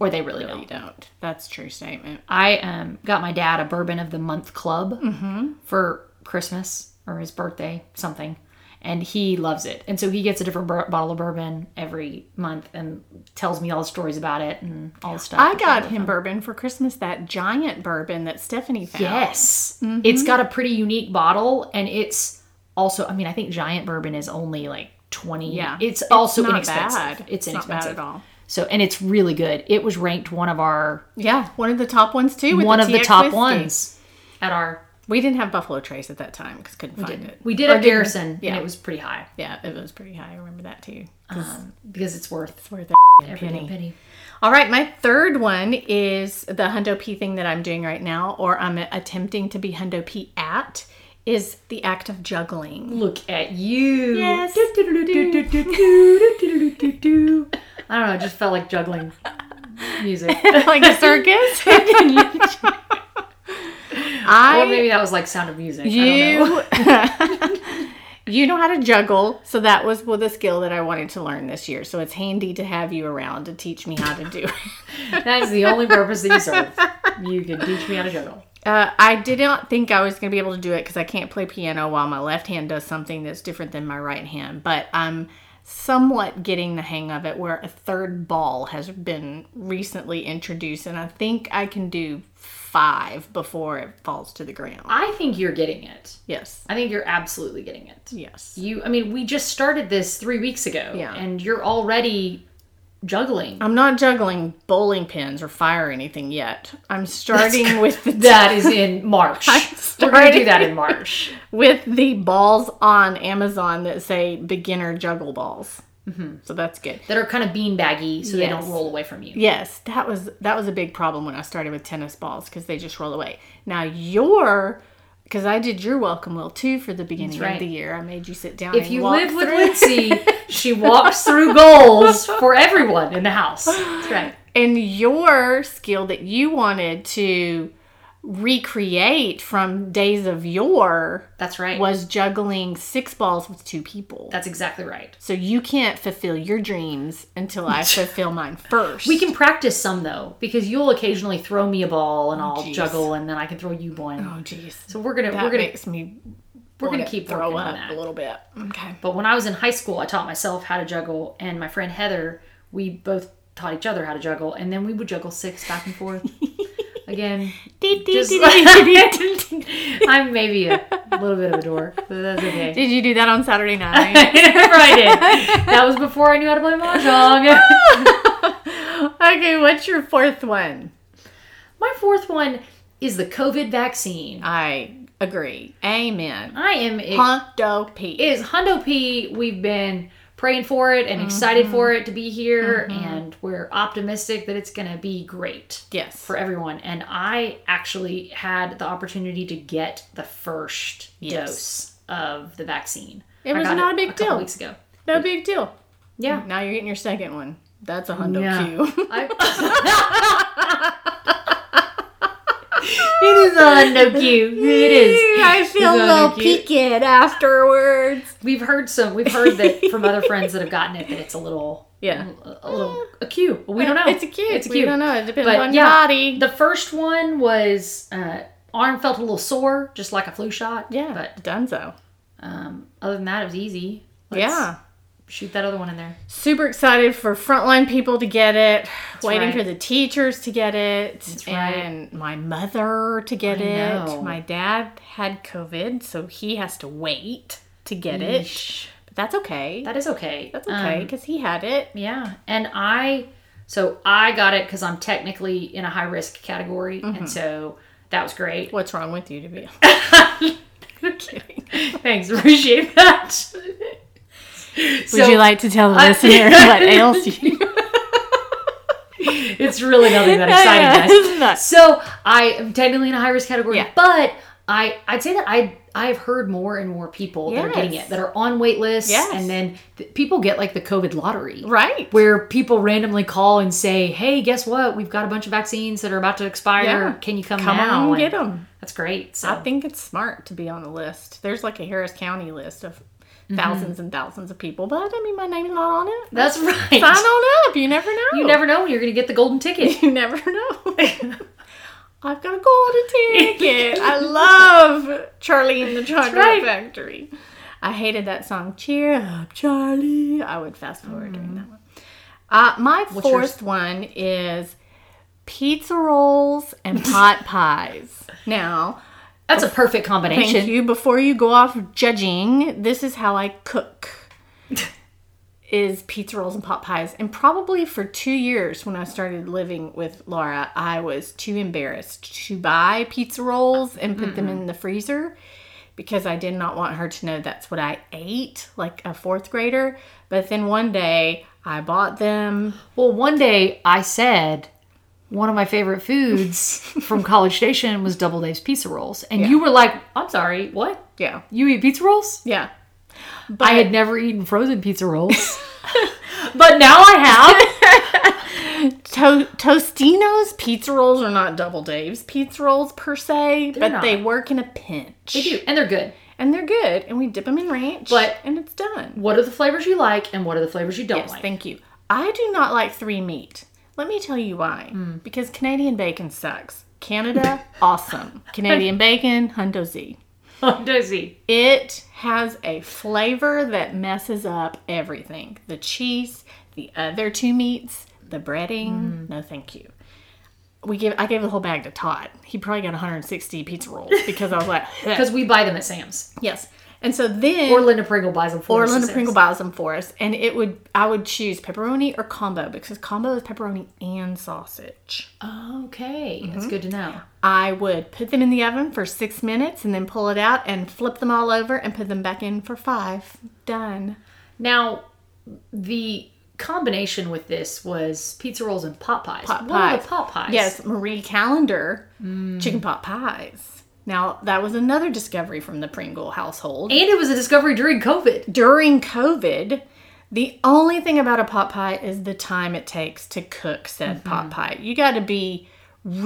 or they really
you
don't.
don't. That's a true statement.
I um, got my dad a bourbon of the month club
Mm-hmm.
for Christmas or his birthday something, and he loves it. And so he gets a different bur- bottle of bourbon every month and tells me all the stories about it and all the stuff.
I got him bourbon for Christmas, that giant bourbon that Stephanie found.
Yes. It's
Mm-hmm.
got a pretty unique bottle and it's also I mean I think giant bourbon is only like 20.
Yeah.
It's, also
not
inexpensive.
bad.
It's
It's not bad
inexpensive
at all.
So and it's really good. It was ranked one of our
Yeah, one of the top ones too. With
one of the
TX
top
whiskey.
ones at our
We didn't have Buffalo Trace at that time because couldn't find it.
we did
Or
our
didn't-
Garrison
Yeah.
and it was pretty high
Yeah, it was pretty high. I remember that too.
um, because it's worth
Worth a
every
penny.
penny. penny.
All right, my third one is the Hundo P thing that I'm doing right now, or I'm attempting to be Hundo P at, is the act of juggling.
Look at you.
Yes.
I don't know, it just felt like juggling music.
like a circus? I
or maybe that was like sound of music. I don't know.
You You know how to juggle, so that was well the skill that I wanted to learn this year. So it's handy to have you around to teach me how to do it.
That is the only purpose that you serve. You can teach me how to juggle.
Uh, I did not think I was going to be able to do it because I can't play piano while my left hand does something that's different than my right hand. But I'm somewhat getting the hang of it where a third ball has been recently introduced, and I think I can do five before it falls to the ground.
I think you're getting it.
Yes.
I think you're absolutely getting it.
Yes.
You, I mean, we just started this three weeks ago,
Yeah. Oh.
and you're already juggling.
I'm not juggling bowling pins or fire or anything yet. I'm starting with the
That is in March. We're going to do
starting-
that in March.
with the balls on Amazon that say beginner juggle balls. So that's good.
That are kind of bean baggy, so they don't
Yes.
roll away from you.
Yes, that was that was a big problem when I started with tennis balls because they just roll away. Now your because I did your welcome wheel too for the beginning
right.
of the year. I made you sit down.
If
and
you
walk
live with
through.
Lindsay, she walks through goals for everyone in the house. That's right.
and your skill that you wanted to recreate from days of yore
That's right.
was juggling six balls with two people.
That's exactly right.
so you can't fulfill your dreams until I fulfill mine first.
We can practice some though, because you'll occasionally throw me a ball and I'll juggle, and then I can throw you one.
Oh jeez.
So we're gonna
That
we're gonna
makes me
we're gonna
wanna
keep
throw
working
up
on that.
a little bit. Okay.
But when I was in high school, I taught myself how to juggle, and my friend Heather, we both taught each other how to juggle, and then we would juggle six back and forth. Again, just I'm maybe a little bit of a dork, but that's okay.
Did you do that on Saturday night?
Never I did. That was before I knew how to play mahjong.
okay, what's your fourth one?
My fourth one is the COVID vaccine.
I agree. Amen.
I am ex-
Ponto P.
it is Hundo P. We've been praying for it and
Mm-hmm.
excited for it to be here, and we're optimistic that it's going to be great
yes.
for everyone. And I actually had the opportunity to get the first
Yes.
dose of the vaccine.
It
I
was
got
not a big
couple
deal.
Weeks ago.
No big deal. Mm.
Yeah.
Now you're getting your second one. That's a hundo
Yeah.
Q.
it is a hundo Q. It is.
I feel a
It's not
little
a cute-
peaked afterwards.
We've heard some. We've heard that from other friends that have gotten it that it's a little.
Yeah.
A little a Q. We don't know.
It's a cute.
It's a
We
Q.
don't know. It depends
But
on
yeah,
your body.
The first one was uh, arm felt a little sore, just like a flu shot.
yeah.
But
Dunzo.
um, other than that, it was easy. Let's
Yeah.
Shoot that other one in there.
Super excited for frontline people to get it. waiting
right.
for the teachers to get it.
right.
And my mother to get it.
know.
My dad had COVID, so he has to wait to get it. But that's okay.
That is okay.
that's okay
Um,
because he had it.
yeah. And I, so I got it because I'm technically in a high risk category.
Mm-hmm.
And so that was great.
What's wrong with you to be? I'm kidding.
Thanks. Appreciate that.
Would you like to tell the listener what ails you?
It's really nothing that exciting, guys. So I am technically in a high risk category,
Yeah.
but I I'd say that I I've heard more and more people that are getting
Yes.
it that are on wait lists,
Yes.
and then th- people get like the COVID lottery,
Right.
where people randomly call and say, "Hey, guess what? We've got a bunch of vaccines that are about to expire.
Yeah.
Can you come,
Come
now?"
on,
And
get them.
That's great. So
I think it's smart to be on the list. There's like a Harris County list of 1000s and thousands of people, but I mean, my name's not on it.
that's Mm-hmm. right.
Sign on up. You never know.
You never know when you're going to get the golden ticket.
You never know. I've got a golden ticket. I love Charlie and the Chocolate
right.
Factory. I hated that song. Cheer up, Charlie. I would fast forward
Mm-hmm.
during that one. Uh, my fourth one is pizza rolls and pot pies. Now,
That's a
thank
perfect combination.
you. Before you go off judging, this is how I cook. is pizza rolls and pot pies. And probably for 2 years when I started living with Laura, I was too embarrassed to buy pizza rolls and put them in the freezer because I did not want her to know that's what I ate like a 4th grader. But then one day I bought them.
Well, one day I said one of my favorite foods from College Station was Doubleday's pizza rolls, and you were like, "I'm sorry, what?
Yeah.
You eat pizza rolls?
Yeah.
I had never eaten frozen pizza rolls, but now I
To- Tostino's pizza rolls are not Double Dave's pizza rolls per se, but
not.
they work in a pinch.
have. do, and they're good.
And they're good. And we dip them in ranch.
But-
and it's done.
What are the flavors you like, and what are the flavors you don't
Yes,
like?
thank you. I do not like three meat. Let me tell you why.
Hmm.
Because Canadian bacon sucks. Canada, awesome. Canadian bacon, Hundo Z.
Dozy.
It has a flavor that messes up everything the cheese, the other two meats, the breading. No, thank you. we gave I gave the whole bag to Todd. He probably got 160 pizza rolls because I was like,
because we buy them at Sam's
yes. And so then
or Linda Pringle buys them for
or
us. at
Linda
Sam's.
Pringle buys them for us, and it would I would choose pepperoni or combo because combo is pepperoni and sausage.
Okay,
Mm-hmm.
that's good to know.
I would put them in the oven for six minutes and then pull it out and flip them all over and put them back in for five. Done.
Now, the combination with this was pizza rolls and pot pies.
Pot
what are the
pies.
pot pies? Mm.
Yes, Marie Calendar chicken pot pies. Now that was another discovery from the Pringle household.
and it was a discovery during COVID.
during COVID, the only thing about a pot pie is the time it takes to cook said
Mm-hmm.
pot pie. You got to be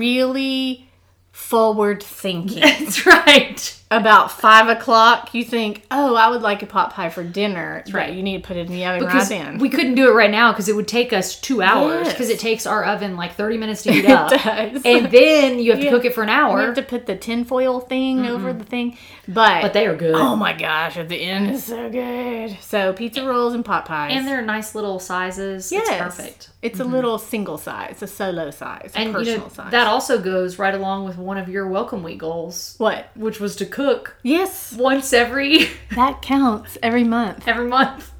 really forward thinking.
That's right.
About five o'clock, you think, "Oh, I would like a pot pie for dinner." That's
right.
You need to put it in the oven
Because
right then.
we couldn't do it right now because it would take us two hours
Yes.
because it takes our oven like 30 minutes to heat up.
does.
And then you have to cook it for an
you
hour.
have to put the tinfoil thing over the thing, but,
but they are good.
oh my gosh, at the end is so good. So pizza rolls and pot pies,
and they're nice little sizes.
yes,
It's perfect.
It's a little single size, a solo size, a
And
personal
you know,
size.
that also goes right along with one of your welcome week goals,
What?
which was to cook
Yes,
once every
that counts every month.
every month.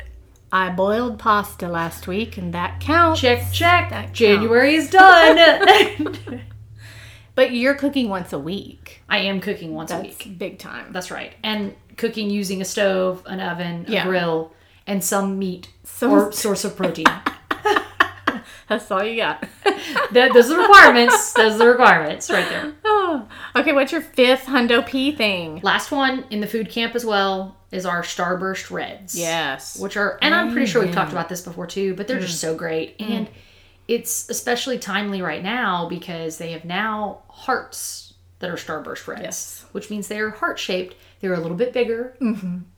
I boiled pasta last week, and that counts.
Check, check.
That
January is done.
But you're cooking once a week.
I am cooking once a
That's
week.
big time.
That's right. And cooking using a stove, an oven,
Yeah.
a grill, and some meat
Some-
or source of protein.
That's all you got.
That, those are the requirements. Those are the requirements right there.
Oh. Okay, what's your fifth hundo P thing?
Last one in the food camp as well is our Starburst Reds.
Yes.
Which are, and I'm pretty sure we've talked about this before too, but they're
Mm.
just so great. And it's especially timely right now because they have now hearts that are Starburst Reds,
Yes. Mm-hmm.
which means they're heart shaped. They're a little bit bigger.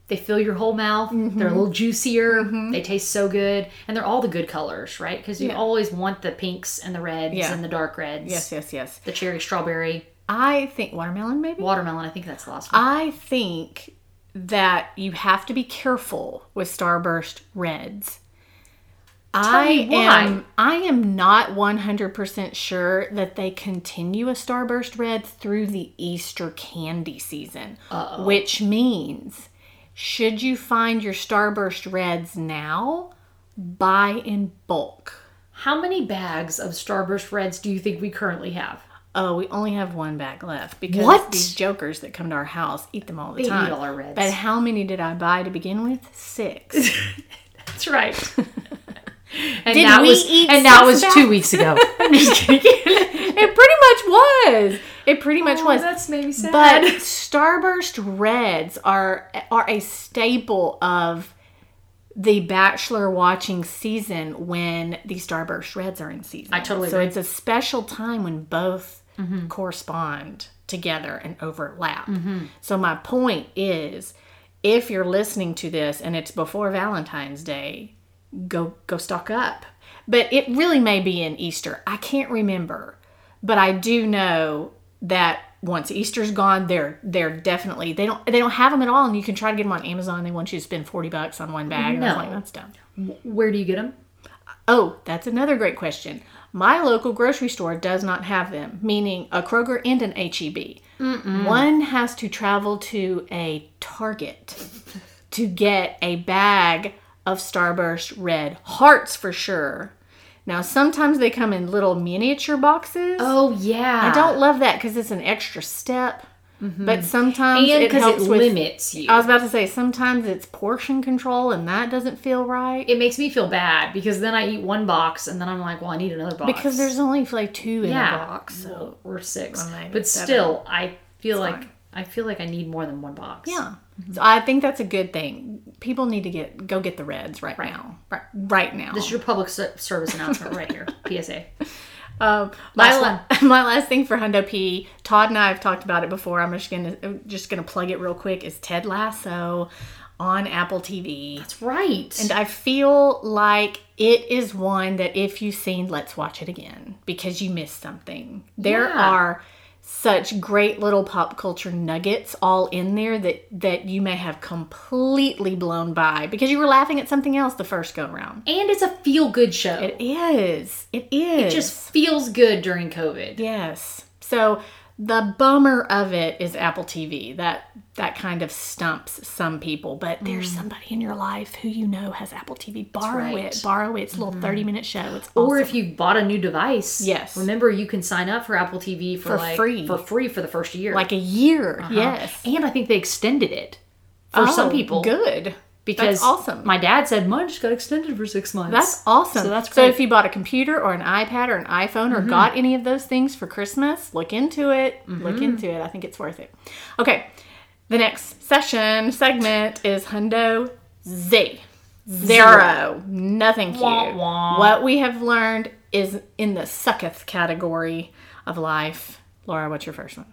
They fill your whole mouth. They're a little juicier. They taste so good. And they're all the good colors, right? Because you always want the pinks and the reds
Yeah.
and the dark reds.
Yes, yes, yes.
The cherry, strawberry,
I think watermelon, maybe?
watermelon. I think that's the last one.
I think that you have to be careful with starburst reds. I
me why.
am I am not 100% sure that they continue a starburst red through the Easter candy season, which means should you find your starburst reds now, buy in bulk.
How many bags of Starburst Reds do you think we currently have?
Oh, we only have one bag left because
What?
these jokers that come to our house eat them all the
They eat
time.
all our reds.
But how many did I buy to begin with? Six.
That's right. and
Did
that
we
was
eat
and that
six
was two
bags?
weeks ago. I'm just kidding.
It pretty much was. It pretty much was.
Oh, that's maybe sad.
But Starburst Reds are are a staple of the bachelor watching season when the Starburst Reds are in season. I
totally
so
agree.
it's a special time when both correspond together and overlap. So my point is if you're listening to this and it's before Valentine's Day, go go stock up. But it really may be in Easter. I can't remember, but I do know that once Easter's gone, they're they're definitely they don't they don't have them at all, and you can try to get them on Amazon. They want you to spend forty bucks on one bag. And I was
No.
like, that's dumb.
where do you get them?
Oh, that's another great question. My local grocery store does not have them, meaning a Kroger and an HEB. One has to travel to a Target to get a bag of Starburst Red Hearts for sure. Now, sometimes they come in little miniature boxes.
Oh yeah. Mm-hmm.
I don't love that because it's an extra step, but sometimes
and
it
because
helps
it, Uh,
with.
limits you.
I was about to say, sometimes it's portion control and that doesn't feel right.
it makes me feel bad because then I eat one box and then I'm like, well, I need another box
Because there's only like two in
yeah,
a box. So.
well, or six.
maybe
But
seven.
still, I feel like I feel like I need more than one box.
Yeah. So I think that's a good thing. People need to get go get the reds right, now. Right, right now.
This is your public ser- service announcement right here. PSA.
Um, my
Last
la- my last thing for Hundo P. Todd and I have talked about it before. I'm just gonna I'm just gonna plug it real quick. Is Ted Lasso on Apple TV?
That's right.
And I feel like it is one that if you've seen, let's watch it again because you missed something. There
Yeah.
are such great little pop culture nuggets all in there that that you may have completely blown by because you were laughing at something else the first go around.
And it's a feel good show. It,
It is. It is.
just feels good during COVID.
yes. So the bummer of it is Apple TV. That that kind of stumps some people, but
Mm-hmm.
there's somebody in your life who you know has Apple TV. Borrow
right. Mm-hmm.
it. Borrow it. It's a little 30-minute show. It's
Or
awesome.
if you bought a new device,
Yes.
Remember, you can sign up for Apple TV for,
For
like,
free.
for free for the first year.
like a year.
Uh-huh.
Yes.
And I think they extended it for some
Oh,
people
Good.
because
That's awesome.
My dad said mine just got extended for six months.
That's awesome.
So that's
so
great. Mm-hmm.
if you bought a computer or an iPad or an iPhone or got any of those things for Christmas, look into it.
Mm-hmm.
Look into it. I think it's worth it. Okay. The next session segment is Hundo Z. Zero. Nothing cute.
Wah, wah.
What we have learned is in the sucketh category of life. Laura, what's your first one?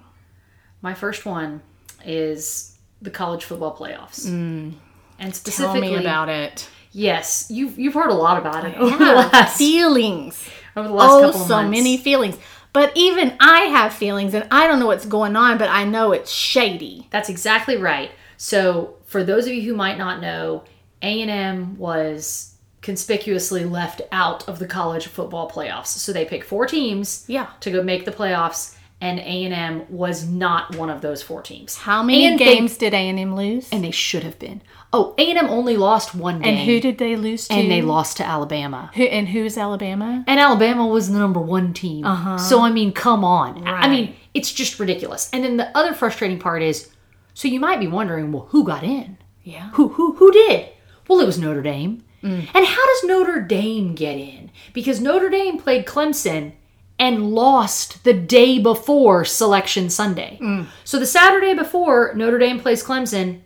my first one is the college football playoffs. And
Mm. Tell
specifically,
me about it.
yes, you've you've heard a lot about it over the
Yeah,
last
feelings.
over the last
oh,
couple of
so
months.
many feelings. But even I have feelings, and I don't know what's going on, but I know it's shady.
That's exactly right. So, for those of you who might not know, A&M was conspicuously left out of the college football playoffs. So they picked four teams
Yeah.
to go make the playoffs and A&M was not one of those four teams.
How many
And they-
games did A and M lose?
and they should have been. Oh, A&M only lost one game.
And who did they lose to?
and they lost to Alabama.
Who, and who's Alabama?
And Alabama was the number one team. So, I mean, come on. I- I
Right.
mean, it's just ridiculous. And then the other frustrating part is so you might be wondering, well, who got in?
Yeah.
Who who who did? Well, it was Notre Dame. And how does Notre Dame get in? Because Notre Dame played Clemson and lost the day before selection Sunday. So the Saturday before Notre Dame plays Clemson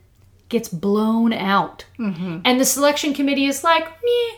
gets blown out. And the selection committee is like, meh,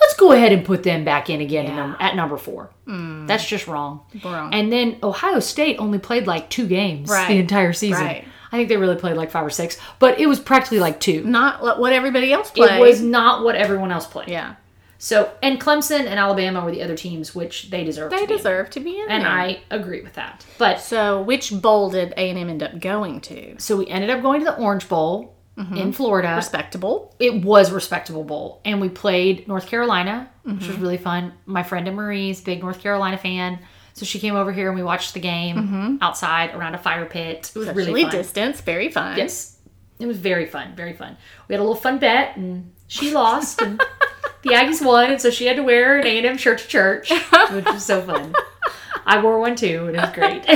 let's go ahead and put them back in again to num- at number four. That's just wrong.
Wrong.
And then Ohio State only played like two games
Right.
the entire season.
Right.
I think they really played like five or six, but it was practically like two.
Not like what everybody else played.
It was not what everyone else played.
yeah.
So, and Clemson and Alabama were the other teams, which they deserve.
They
to be.
deserve to be in
And
there.
I agree with that. But
So which bowl did A and M end up going to?
so we ended up going to the Orange Bowl
Mm-hmm.
in Florida.
Respectable.
it was respectable bowl and we played north carolina which
Mm-hmm.
was really fun my friend and marie's big north carolina fan so she came over here and we watched the game
Mm-hmm.
outside around a fire pit it was really
Socially
fun
distanced. Very fun.
yes it was very fun very fun we had a little fun bet and she lost and the aggies won and so she had to wear an a&m shirt to church which was so fun i wore one too and it was great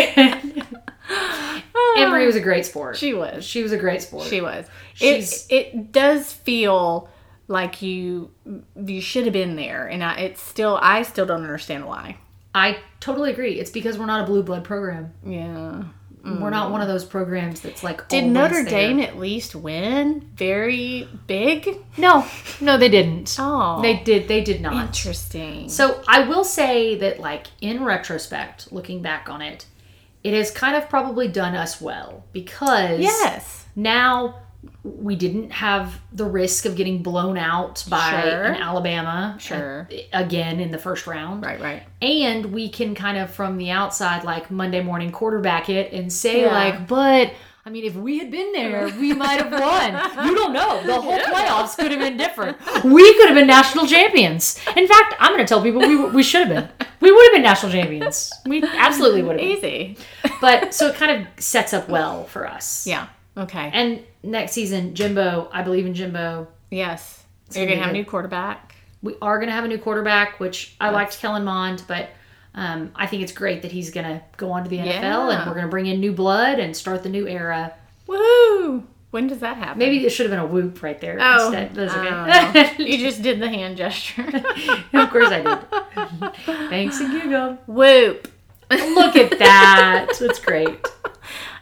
and marie was a great sport
Ah, She was.
she was a great sport
She was.
She's-
It it does feel like you you should have been there, and I it's still I still don't understand why.
i totally agree it's because we're not a blue blood program
Yeah.
We're not one of those programs that's like.
Did
always
Notre
there.
Dame at least win? Very big.
No, no, they didn't.
Oh,
They did. They did not.
interesting.
So I will say that, like in retrospect, looking back on it, it has kind of probably done us well because
yes,
now we didn't have the risk of getting blown out by
Sure.
an Alabama
Sure.
a- again in the first round,
right, right.
and we can kind of from the outside like monday morning quarterback it and say
Yeah.
like but i mean if we had been there we might have won you don't know the whole playoffs could have been different we could have been national champions in fact i'm going to tell people we, we should have been we would have been national champions we absolutely would have been
Easy.
but so it kind of sets up well for us
Yeah. Okay.
and next season jimbo i believe in jimbo
yes. You're gonna have a new quarterback.
we are going to have a new quarterback, which I liked Kellen Mond, but um, I think it's great that he's going to go on to the NFL
Yeah.
and we're going to bring in new blood and start the new era.
Woohoo! When does that happen?
Maybe it should have been a whoop right there.
Oh,
instead. That's
I
okay.
don't know. you just did the hand gesture.
of course I did. Thanks and giggle.
Whoop.
Look at that. That's great.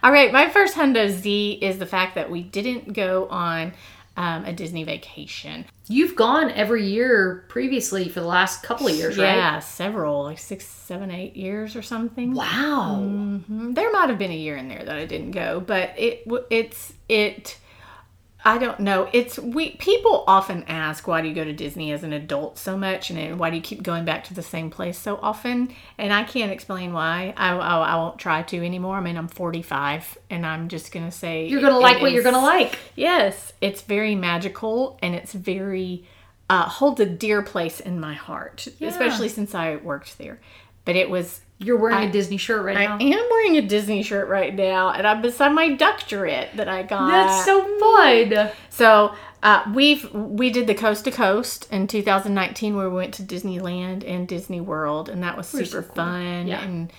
All right, my first hundo Z is the fact that we didn't go on um, a Disney vacation.
You've gone every year previously for the last couple of years, right?
Yeah, several, like six, seven, eight years or something.
Wow.
Mm, Mhm. There might have been a year in there that I didn't go, but it w- it's it I don't know. It's we people often ask why do you go to Disney as an adult so much, and why do you keep going back to the same place so often? And I can't explain why. I I, I won't try to anymore. I mean, I'm 45, and I'm just gonna say
You're gonna
it
like what you're
is-
gonna like.
Yes, it's very magical, and it's very uh, holds a dear place in my heart, especially since I worked there. But it was
You're wearing a Disney shirt right now.
I am wearing a Disney shirt right now, and I'm beside my doctorate that I got.
That's so fun.
So uh, we've we did the coast to coast in 2019 where we went to Disneyland and Disney World, and that was super fun.
Yeah.
And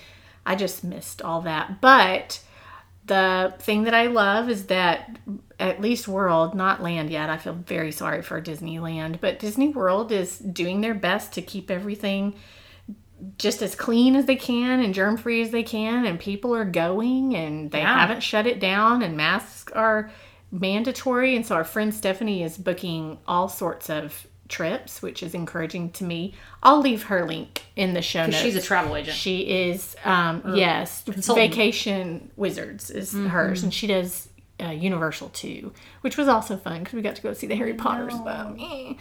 I just missed all that. But the thing that I love is that at least World, not Land yet. I feel very sorry for Disneyland, but Disney World is doing their best to keep everything just as clean as they can and germ free as they can, and people are going and they
Yeah.
haven't shut it down, and masks are mandatory. And so, our friend Stephanie is booking all sorts of trips, which is encouraging to me. I'll leave her link in the show notes.
She's a travel agent.
She is, um, yes,
consultant.
Vacation Wizards is hers, and she does uh, Universal too, which was also fun because we got to go see the Harry Potter's. But, eh.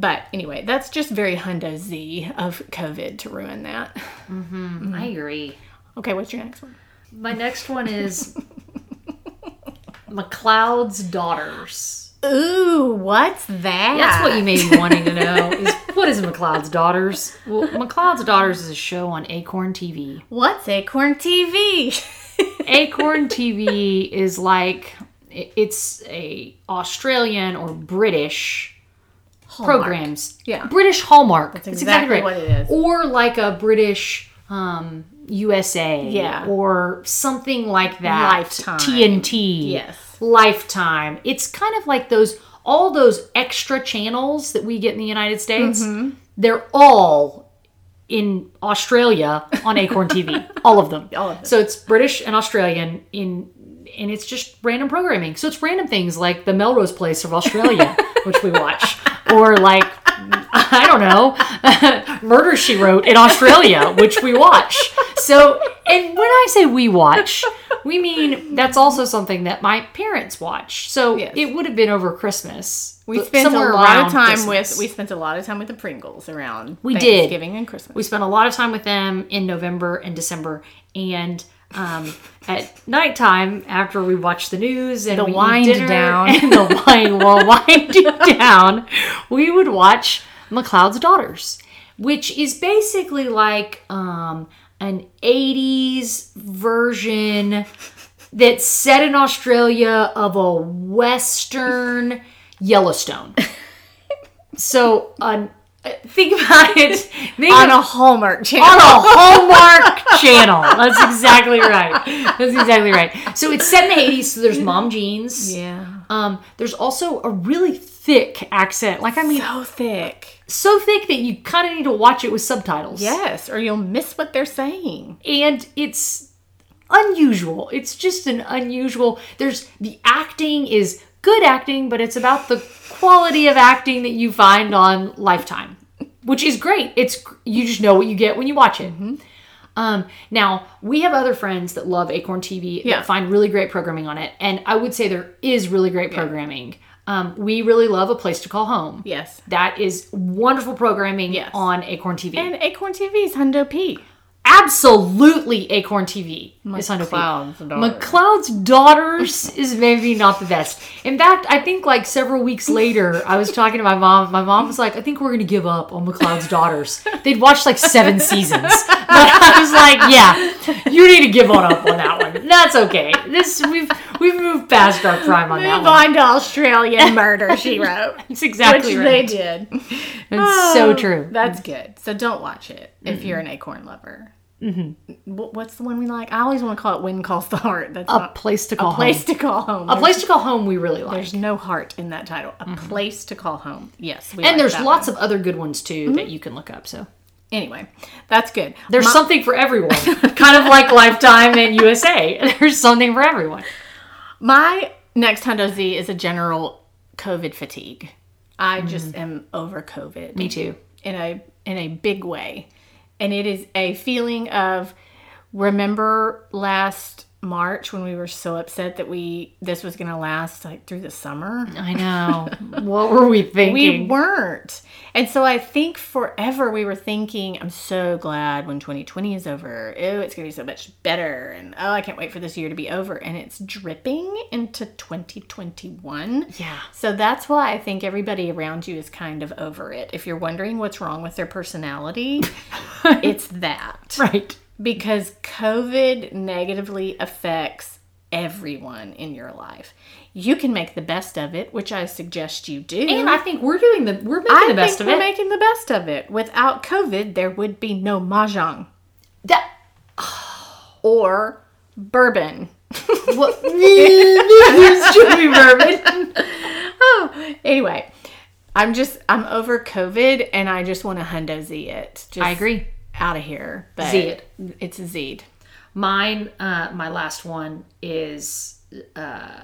but anyway, that's just very hundo Z of COVID to ruin that. Mm.
I agree.
Okay, what's your next one?
My next one is McLeod's daughters.
Ooh, what's that?
That's what you may be wanting to know. Is what is McLeod's daughters? Well, McLeod's daughters is a show on Acorn TV.
What's Acorn TV?
Acorn TV is like i- it's a Australian or British programs.
Yeah.
British Hallmark. That's
exactly what it is.
Or like a British um, USA.
Yeah.
Or something like that.
Lifetime.
TNT.
Yes.
Lifetime. It's kind of like those all those extra channels that we get in the United States.
Mm-hmm.
They're all in Australia on Acorn TV. All of them.
All of them.
So it's British and Australian in and it's just random programming. So it's random things like the Melrose Place of Australia, which we watch, or like I don't know, Murder She Wrote in Australia, which we watch. So and when I say we watch, we mean that's also something that my parents watch. So
Yes.
it would have been over Christmas.
We
but
spent a
somewhere
lot
around
of time
Christmas.
with we spent a lot of time with the Pringles around
We did.
Thanksgiving and Christmas.
We spent a lot of time with them in November and December, and um, at nighttime after we watch the news and the we eat
wind
dinner
down.
and the wine while winding down, we would watch McLeod's Daughters, which is basically like um, an '80s version that's set in Australia of a Western Yellowstone. So, an uh, think about it. Think
on
of-
a Hallmark channel.
on a Hallmark channel. That's exactly right. That's exactly right. So it's set in the 80s, so there's mom jeans.
yeah.
Um, there's also a really thick accent. Like, I mean,
So thick.
so thick that you kind of need to watch it with subtitles.
Yes, or you'll miss what they're saying.
and it's unusual. It's just an unusual. There's the acting is good acting, but it's about the quality of acting that you find on Lifetime, which is great. It's you just know what you get when you watch it.
Mm-hmm.
Um, now we have other friends that love Acorn TV
Yeah.
that find really great programming on it, and I would say there is really great programming. Um, we really love a place to call home.
Yes.
That is wonderful programming
Yes.
on Acorn TV.
And Acorn TV is Hundo P.
absolutely Acorn TV. is Hundo P.
McCloud's Daughters.
McCloud's Daughters is maybe not the best. In fact, I think like several weeks later, I was talking to my mom. My mom was like, I think we're going to give up on McCloud's Daughters. They'd watched like seven seasons. But I was like, yeah, you need to give on up on that one. That's okay. This We've we've moved past our prime on that
Move
one.
on to Australian murder, she wrote.
That's exactly
Which they
right.
did. Oh,
It's so true. Mm-hmm.
That's good. So don't watch it if you're an acorn lover. Mm-hmm. What's the one we like? I always want to call it Wind Calls the Heart. That's
A
not
place to call
a place to
home.
call home.
A place to call home. We really like.
There's no heart in that title. A place to call home. Yes. We
And there's lots of other good ones too that
Mm-hmm.
you can look up. So
Anyway, that's good.
there's something for everyone, kind of like Lifetime and USA. There's something for everyone.
My next Hundo Z is a general COVID fatigue. I just am over COVID.
Me too.
in a in a big way and it is a feeling of remember last March when we were so upset that we this was going to last like through the summer.
I know. what were we thinking?
We weren't. And so I think forever we were thinking, I'm so glad when 2020 is over. Oh, it's going to be so much better. And oh, I can't wait for this year to be over. And it's dripping into 2021.
yeah.
So that's why I think everybody around you is kind of over it. If you're wondering what's wrong with their personality, it's that
Right.
because COVID negatively affects everyone in your life. You can make the best of it, which I suggest you do.
And I think we're doing the we're making
I
the best
think
of
we're
it.
making the best of it. Without COVID, there would be no mahjong
That-
or bourbon.
what- It's Jimmy Merman.
oh, anyway, I'm just I'm over COVID, and I just want to hundo z it. Just
I agree.
Out of here, but
Z it.
It's a z'd.
Mine, uh, my last one is uh,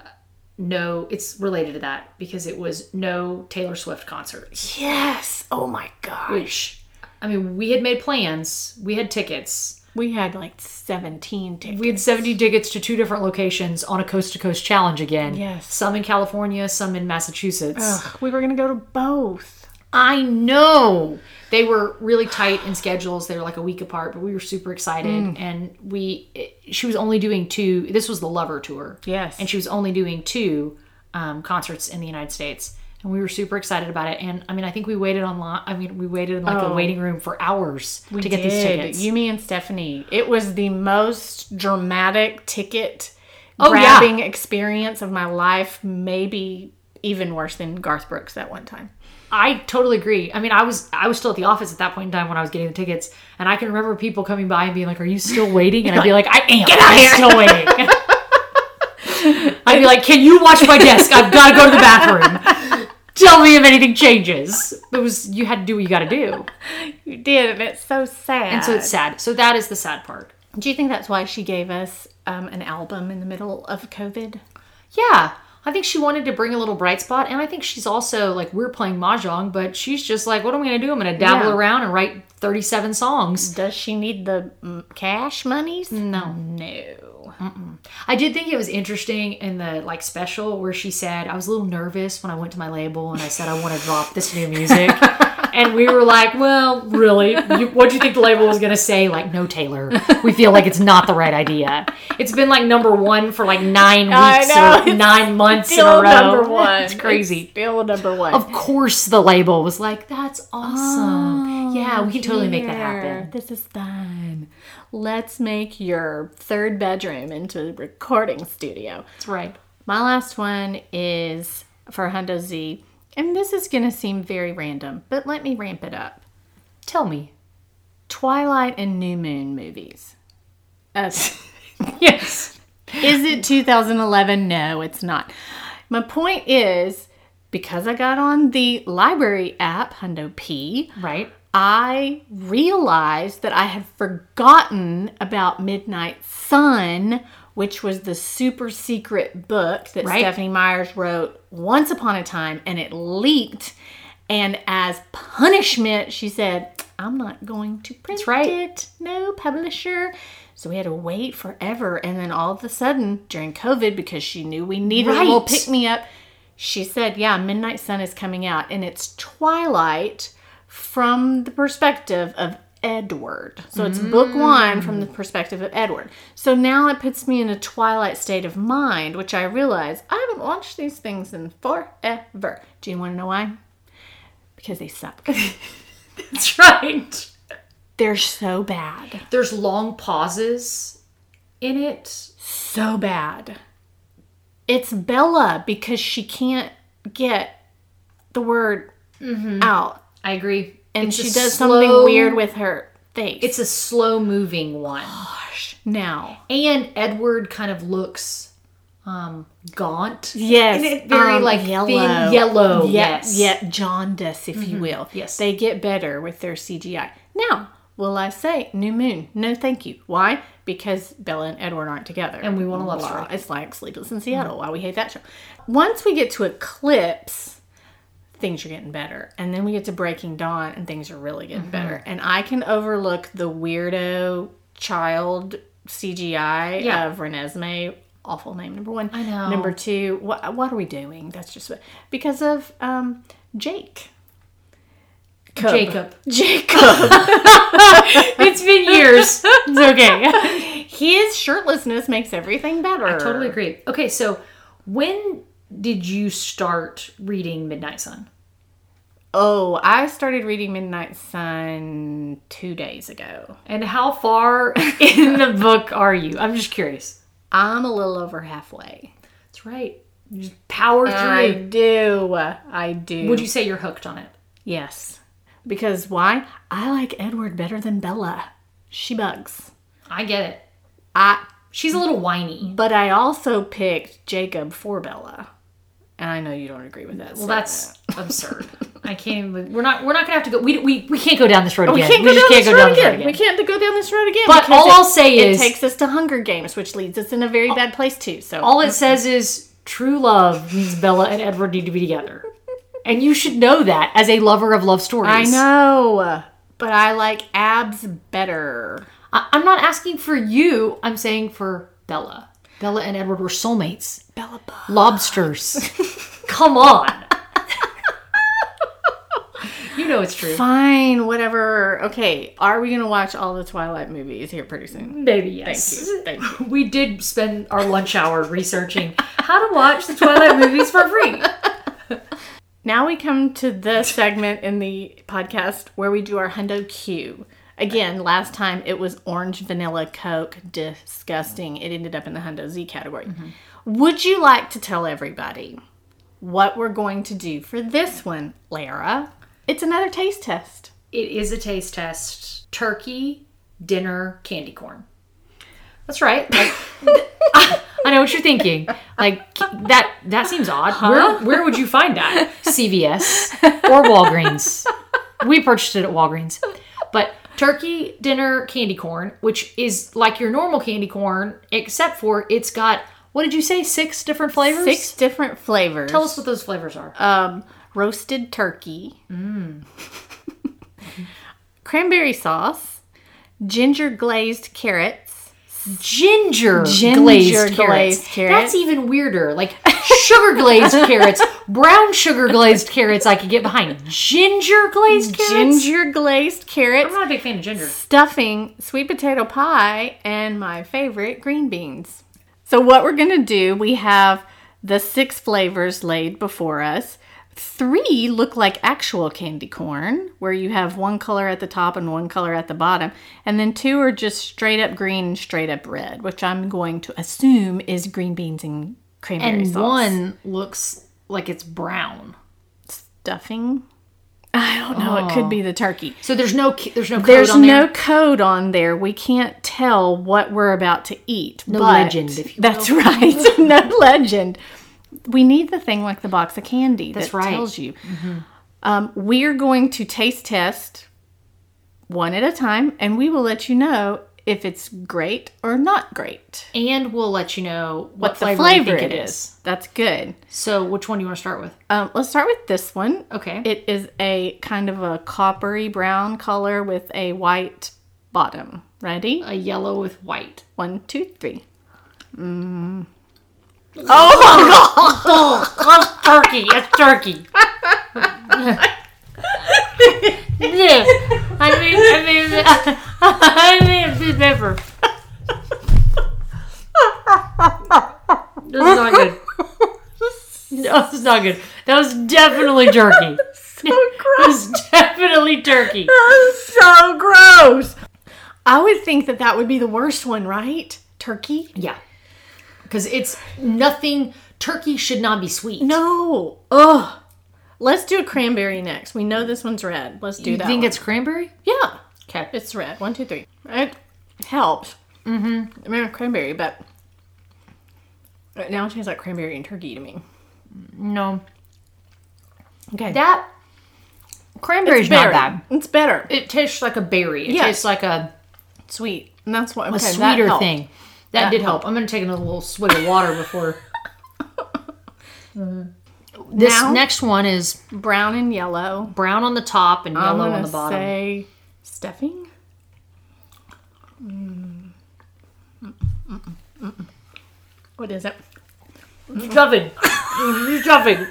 no. It's related to that because it was no Taylor Swift concert.
Yes. Oh my gosh.
I mean, we had made plans. We had tickets.
We had like 17 tickets.
We had seventy tickets to two different locations on a coast to coast challenge again.
Yes.
some in California, some in Massachusetts.
Ugh, we were gonna go to both.
I know. They were really tight in schedules. They were like a week apart, but we were super excited.
Mm.
And we, eh, she was only doing two. This was the Lover tour.
Yes.
And she was only doing two um, concerts in the United States. And we were super excited about it. And I mean, I think we waited on lot. I mean, we waited in like a waiting room for hours to get these
Oh. Did.
tickets.
You, me, and Stephanie. It was the most dramatic ticket Oh,
yeah.
grabbing experience of my life. Maybe even worse than Garth Brooks that one time.
I totally agree. I mean, I was I was still at the office at that point in time when I was getting the tickets, and I can remember people coming by and being like, "Are you still waiting?" And I'd be like, "I am.
out
I'm
here."
still waiting." I'd be like, "Can you watch my desk? I've got to go to the bathroom. Tell me if anything changes." It was you had to do what you got to do,
You did, and it's so sad.
and so it's sad. So that is the sad part.
do you think that's why she gave us um, an album in the middle of COVID?
Yeah. I think she wanted to bring a little bright spot, and I think she's also like we're playing mahjong, but she's just like, "What am I going to do? I'm going to dabble
Yeah.
around and write 37 songs."
Does she need the mm, cash monies? No, no.
I did think it was interesting in the like special where she said, I was a little nervous when I went to my label and I said I want to drop this new music. and we were like, well, really? You, what do you think the label was going to say? Like, no, Taylor, we feel like it's not the right idea. It's been like number one for like nine
I
weeks
know,
or
it's
nine months in a
Still
row.
number one.
It's crazy.
It's still number one.
of course, the label was like, that's awesome.
Oh,
yeah, Ah, we can totally make that happen.
This is fun. Let's make your third bedroom into a recording studio.
That's right.
My last one is for Hundo Z, and this is going to seem very random, but let me ramp it up.
Tell me.
Twilight and New Moon movies. Okay.
Yes.
Is it 2011? No, it's not. My point is because I got on the library app, Hundo P,
Right?
I realized that I had forgotten about Midnight Sun, which was the super secret book that
Right.
Stephanie Myers wrote once upon a time, and it leaked. And as punishment, she said, I'm not going to print
right.
it. No publisher. So we had to wait forever. And then all of a sudden, during COVID, because she knew we needed a little
Right.
pick me up, she said, Yeah, Midnight Sun is coming out. And it's Twilight from the perspective of Edward. So it's book one from the perspective of Edward. So now it puts me in a Twilight state of mind, which I realize I haven't watched these things in forever. Do you want to know why? Because they suck.
That's right.
They're so bad.
there's long pauses in it.
So bad. It's Bella because she can't get the word out.
I agree.
And
It's a
she does
slow-
something weird with her face.
It's a slow moving one.
now.
And Edward kind of looks um gaunt.
Yes,
And it very
um,
like yellow. thin yellow.
Yeah,
yes.
yeah, jaundice, if you will.
Yes.
they get better with their CGI. Now, will I say New Moon? No, thank you. Why? Because Bella and Edward aren't together,
And we want a love
Blah.
story.
It's like Sleepless in Seattle. Why we hate that show. Once we get to Eclipse, things are getting better, and then we get to Breaking Dawn,
Mm-hmm.
and things are really getting better. And I can overlook the weirdo child CGI
Yeah.
of Renesmee. Awful name, number one.
I know.
Number two, what, what are we doing? That's just what, because of um, Jake. Cub.
Jacob.
Jacob.
It's been years.
it's okay. His shirtlessness makes everything better. I
totally agree. Okay, so when did you start reading Midnight Sun?
Oh, I started reading Midnight Sun two days ago.
And how far in the book are you? I'm just curious.
I'm a little over halfway.
That's right. You just power
I
through.
do. I do.
Would you say you're hooked on it?
Yes. Because why? I like Edward better than Bella. She bugs.
I get it.
I
She's a little whiny.
but I also picked Jacob for Bella. And I know you don't agree with that.
Well, that's absurd. I can't. Even, we're not. We're not gonna have to go. We, we, we can't go down this road
Oh, we
again.
can't go down
just
this road again. We can't go down this road again.
But
because
all I'll say
it
is-
takes us to Hunger Games, which leads us in a very bad place too. So
All it says is true love means Bella and Edward need to be together, and you should know that as a lover of love
I
stories.
know, but I like abs better.
I, I'm not asking for you. I'm saying for Bella. Bella and Edward were soulmates.
Bella bugs.
lobsters. Come on. you know it's true.
Fine, whatever. Okay, are we gonna watch all the Twilight movies here pretty soon?
Maybe yes.
Thank you. Thank you.
We did spend our lunch hour researching how to watch the Twilight movies for free.
Now we come to the segment in the podcast where we do our hundo Q. Again, last time it was orange vanilla Coke. Disgusting. It ended up in the hundo Z category.
Mm-hmm.
Would you like to tell everybody what we're going to do for this one, Lara? It's another taste test.
It is a taste test. Turkey, dinner, candy corn. That's right. Like, I, I know what you're thinking. Like that that seems odd. Where where would you find that? CVS or Walgreens. We purchased it at Walgreens. But turkey dinner candy corn, which is like your normal candy corn, except for it's got what did you say? Six different flavors?
Six different flavors.
Tell us what those flavors are.
um, roasted turkey,
Mm.
cranberry sauce, ginger glazed carrots,
ginger,
Ginger
glazed,
glazed
carrots.
carrots.
That's even weirder. Like sugar glazed carrots, brown sugar glazed carrots. I could get behind ginger glazed carrots.
ginger glazed
I'm
carrots,
not a big fan of ginger.
stuffing, sweet potato pie, and my favorite green beans. So, what we're going to do, we have the six flavors laid before us. Three look like actual candy corn, where you have one color at the top and one color at the bottom. And then two are just straight up green and straight up red, which I'm going to assume is green beans and cranberry
And
sauce.
one looks like it's brown.
Stuffing? I don't know. It could be the turkey.
So there's no ki- there's no code
There's
on
no
there.
code on there. We can't tell what we're about to eat. No
legend, if you
That's right. no legend. We need the thing like the box of candy that's that
right. Mm-hmm.
tells you. Um, we're going to taste test one at a time, and we will let you know if it's great or not great.
And we'll let you know what,
What the
flavor, you
flavor
think
it is. That's good.
So which one do you want to start with?
Um, let's start with this one.
Okay.
It is a kind of a coppery brown color with a white bottom. Ready?
a yellow with white.
One, two, three.
Love turkey. It's turkey. yeah. I mean, I mean, I mean, it's just pepper. This is not good. No, this is not good. That was definitely turkey.
So gross.
That was definitely turkey.
so gross. I would think that that would be the worst one, right? Turkey?
Yeah. Because it's nothing. Turkey should not be sweet.
No. Ugh. Let's do a cranberry next. We know this one's red. Let's do
You
that.
think
one.
it's cranberry?
yeah,
Okay.
it's red. One, two, three. It helps. Mm-hmm. I mean, cranberry, but it now tastes like cranberry and turkey to me.
No.
Okay,
That cranberry's
better.
not bad.
It's better.
It tastes like a berry. It
Yeah.
tastes like a,
Sweet, and that's what okay,
a
that
sweeter
helped.
thing. That, did help. I'm gonna take another little swig of water before. This
Now-
next one is
Brown and yellow.
brown on the top and
I'm
yellow
gonna
on the bottom.
say stuffing. Mm. What is it?
Nothing. Nothing.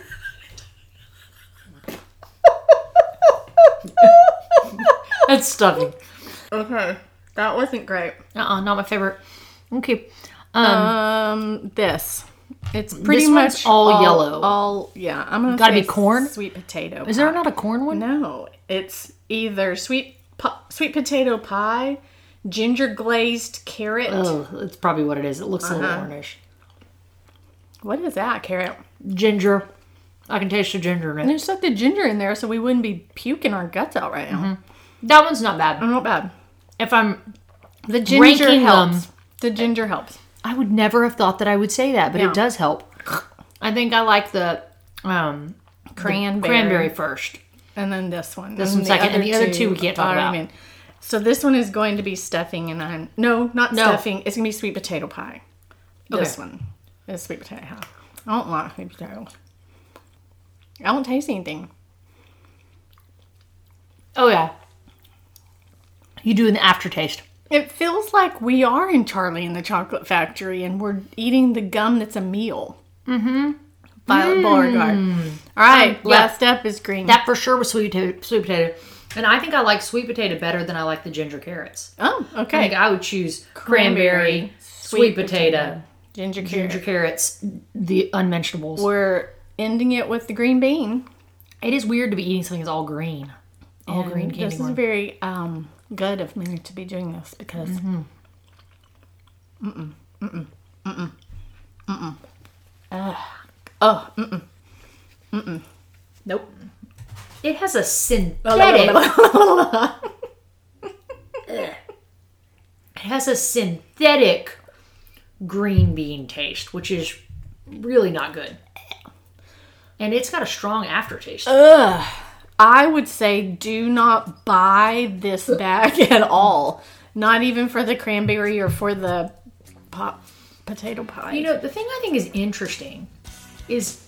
That's stuffing.
Okay. That wasn't great.
Uh uh not my favorite. Okay.
Um, this. It's pretty
This
much
one's all yellow.
All yeah. I'm gonna
Gotta
say
be corn?
Sweet potato.
Is there not a corn one?
No, it's either sweet po- sweet potato pie, ginger glazed carrot.
Oh, that's probably what it is. It looks a
Uh-huh.
little orange.
What is that carrot?
Ginger. I can taste the ginger in it.
They stuck the ginger in there so we wouldn't be puking our guts out right now.
That one's not bad.
Mm-hmm. Not bad.
If I'm,
The ginger
Ranking
helps. The ginger helps.
I would never have thought that I would say that, but
Yeah.
it does help. I think I like the um,
Cranberry.
cranberry first.
And then this one.
This
and
one's second, and the other two we can't talk
are
about.
in. So this one is going to be stuffing, and I'm no, not
No.
stuffing. It's gonna be sweet potato pie. This
Okay.
one is sweet potato pie. I don't like sweet potato. I don't taste anything.
Oh yeah. You do in the aftertaste.
It feels like we are in Charlie and the Chocolate Factory and we're eating the gum that's a meal. Mm-hmm. Violet Beauregard. All right,
Mm. Um, yeah.
last up is green.
That for sure was sweet potato, sweet potato. And I think I like sweet potato better than I like the ginger carrots.
oh,
I
okay.
think I would choose cranberry,
Cranberry,
sweet, potato,
Ginger carrot.
ginger carrots, the unmentionables.
We're ending it with the green bean.
It is weird to be eating something that's all green. All green
And
candy
This is
corn.
very um, good of me to be doing this because. Mm-mm.
Mm-hmm.
Mm-mm. Mm-mm. Mm-mm. Ugh. Oh, mm-mm. Mm-mm. Nope.
It has a synthetic. it has a synthetic green bean taste, which is really not good. And it's got a strong aftertaste.
I would say do not buy this bag at all. Not even for the cranberry or for the pop potato pie.
You know, the thing I think is interesting is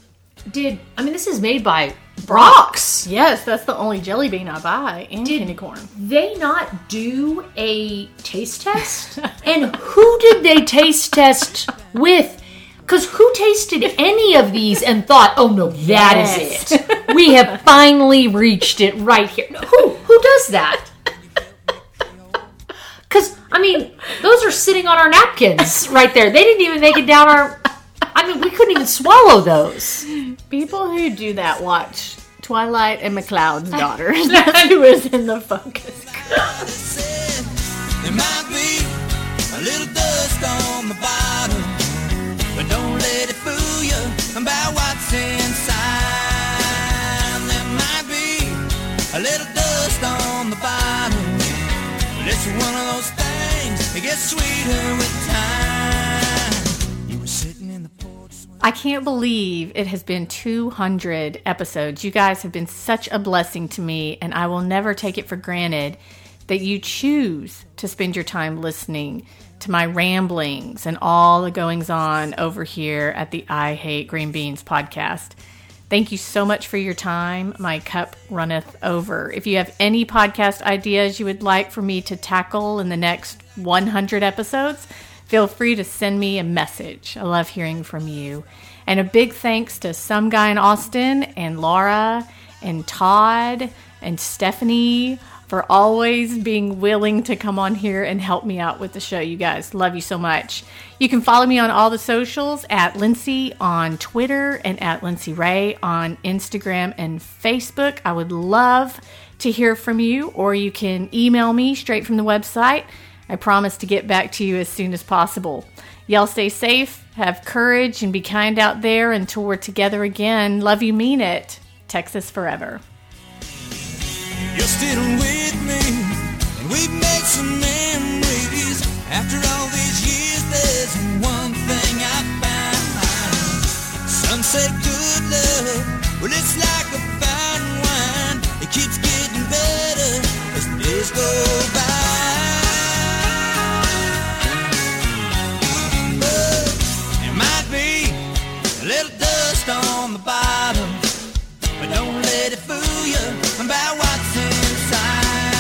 did I mean this is made by Brock's.
yes, that's the only jelly bean I buy and
Did-
candy corn.
They not do a taste test? and who did they taste test with? Cuz who tasted any of these and thought, "Oh no, that is
Yes.
it. We have finally reached it right here." No, who who does that? Cuz I mean, those are sitting on our napkins right there. They didn't even make it down our I mean, we couldn't even swallow those.
People who do that watch Twilight and McLeod's daughters. That's who is in the focus.
There might be a little dust on the bottom, but don't let it fool you about what's inside. There might be a little dust on the bottom, but it's one of those things. It gets sweeter with time. You were sitting in the porch.
I can't believe it has been 200 episodes. You guys have been such a blessing to me, and I will never take it for granted that you choose to spend your time listening to my ramblings and all the goings on over here at the I Hate Green Beans podcast. Thank you so much for your time. My cup runneth over. If you have any podcast ideas you would like for me to tackle in the next 100 episodes, feel free to send me a message. I love hearing from you. And a big thanks to Some Guy in Austin and Laura and Todd and Stephanie for always being willing to come on here and help me out with the show. You guys, love you so much. You can follow me on all the socials at Lindsay on Twitter and at Lindsay Ray on Instagram and Facebook. I would love to hear from you, or you can email me straight from the website. I promise to get back to you as soon as possible. Y'all stay safe, have courage, and be kind out there until we're together again. Love you, mean it. Texas forever.
You're still with me, and we've made some memories. After all these years, there's one thing I found. Some say good love, well, it's like a fine wine. It keeps getting better as the days go by. But there might be a little dust on the bottom. But don't let it fool you about what's inside.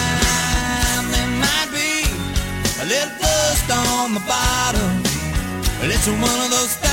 There might be a little dust on the bottom, It's one of those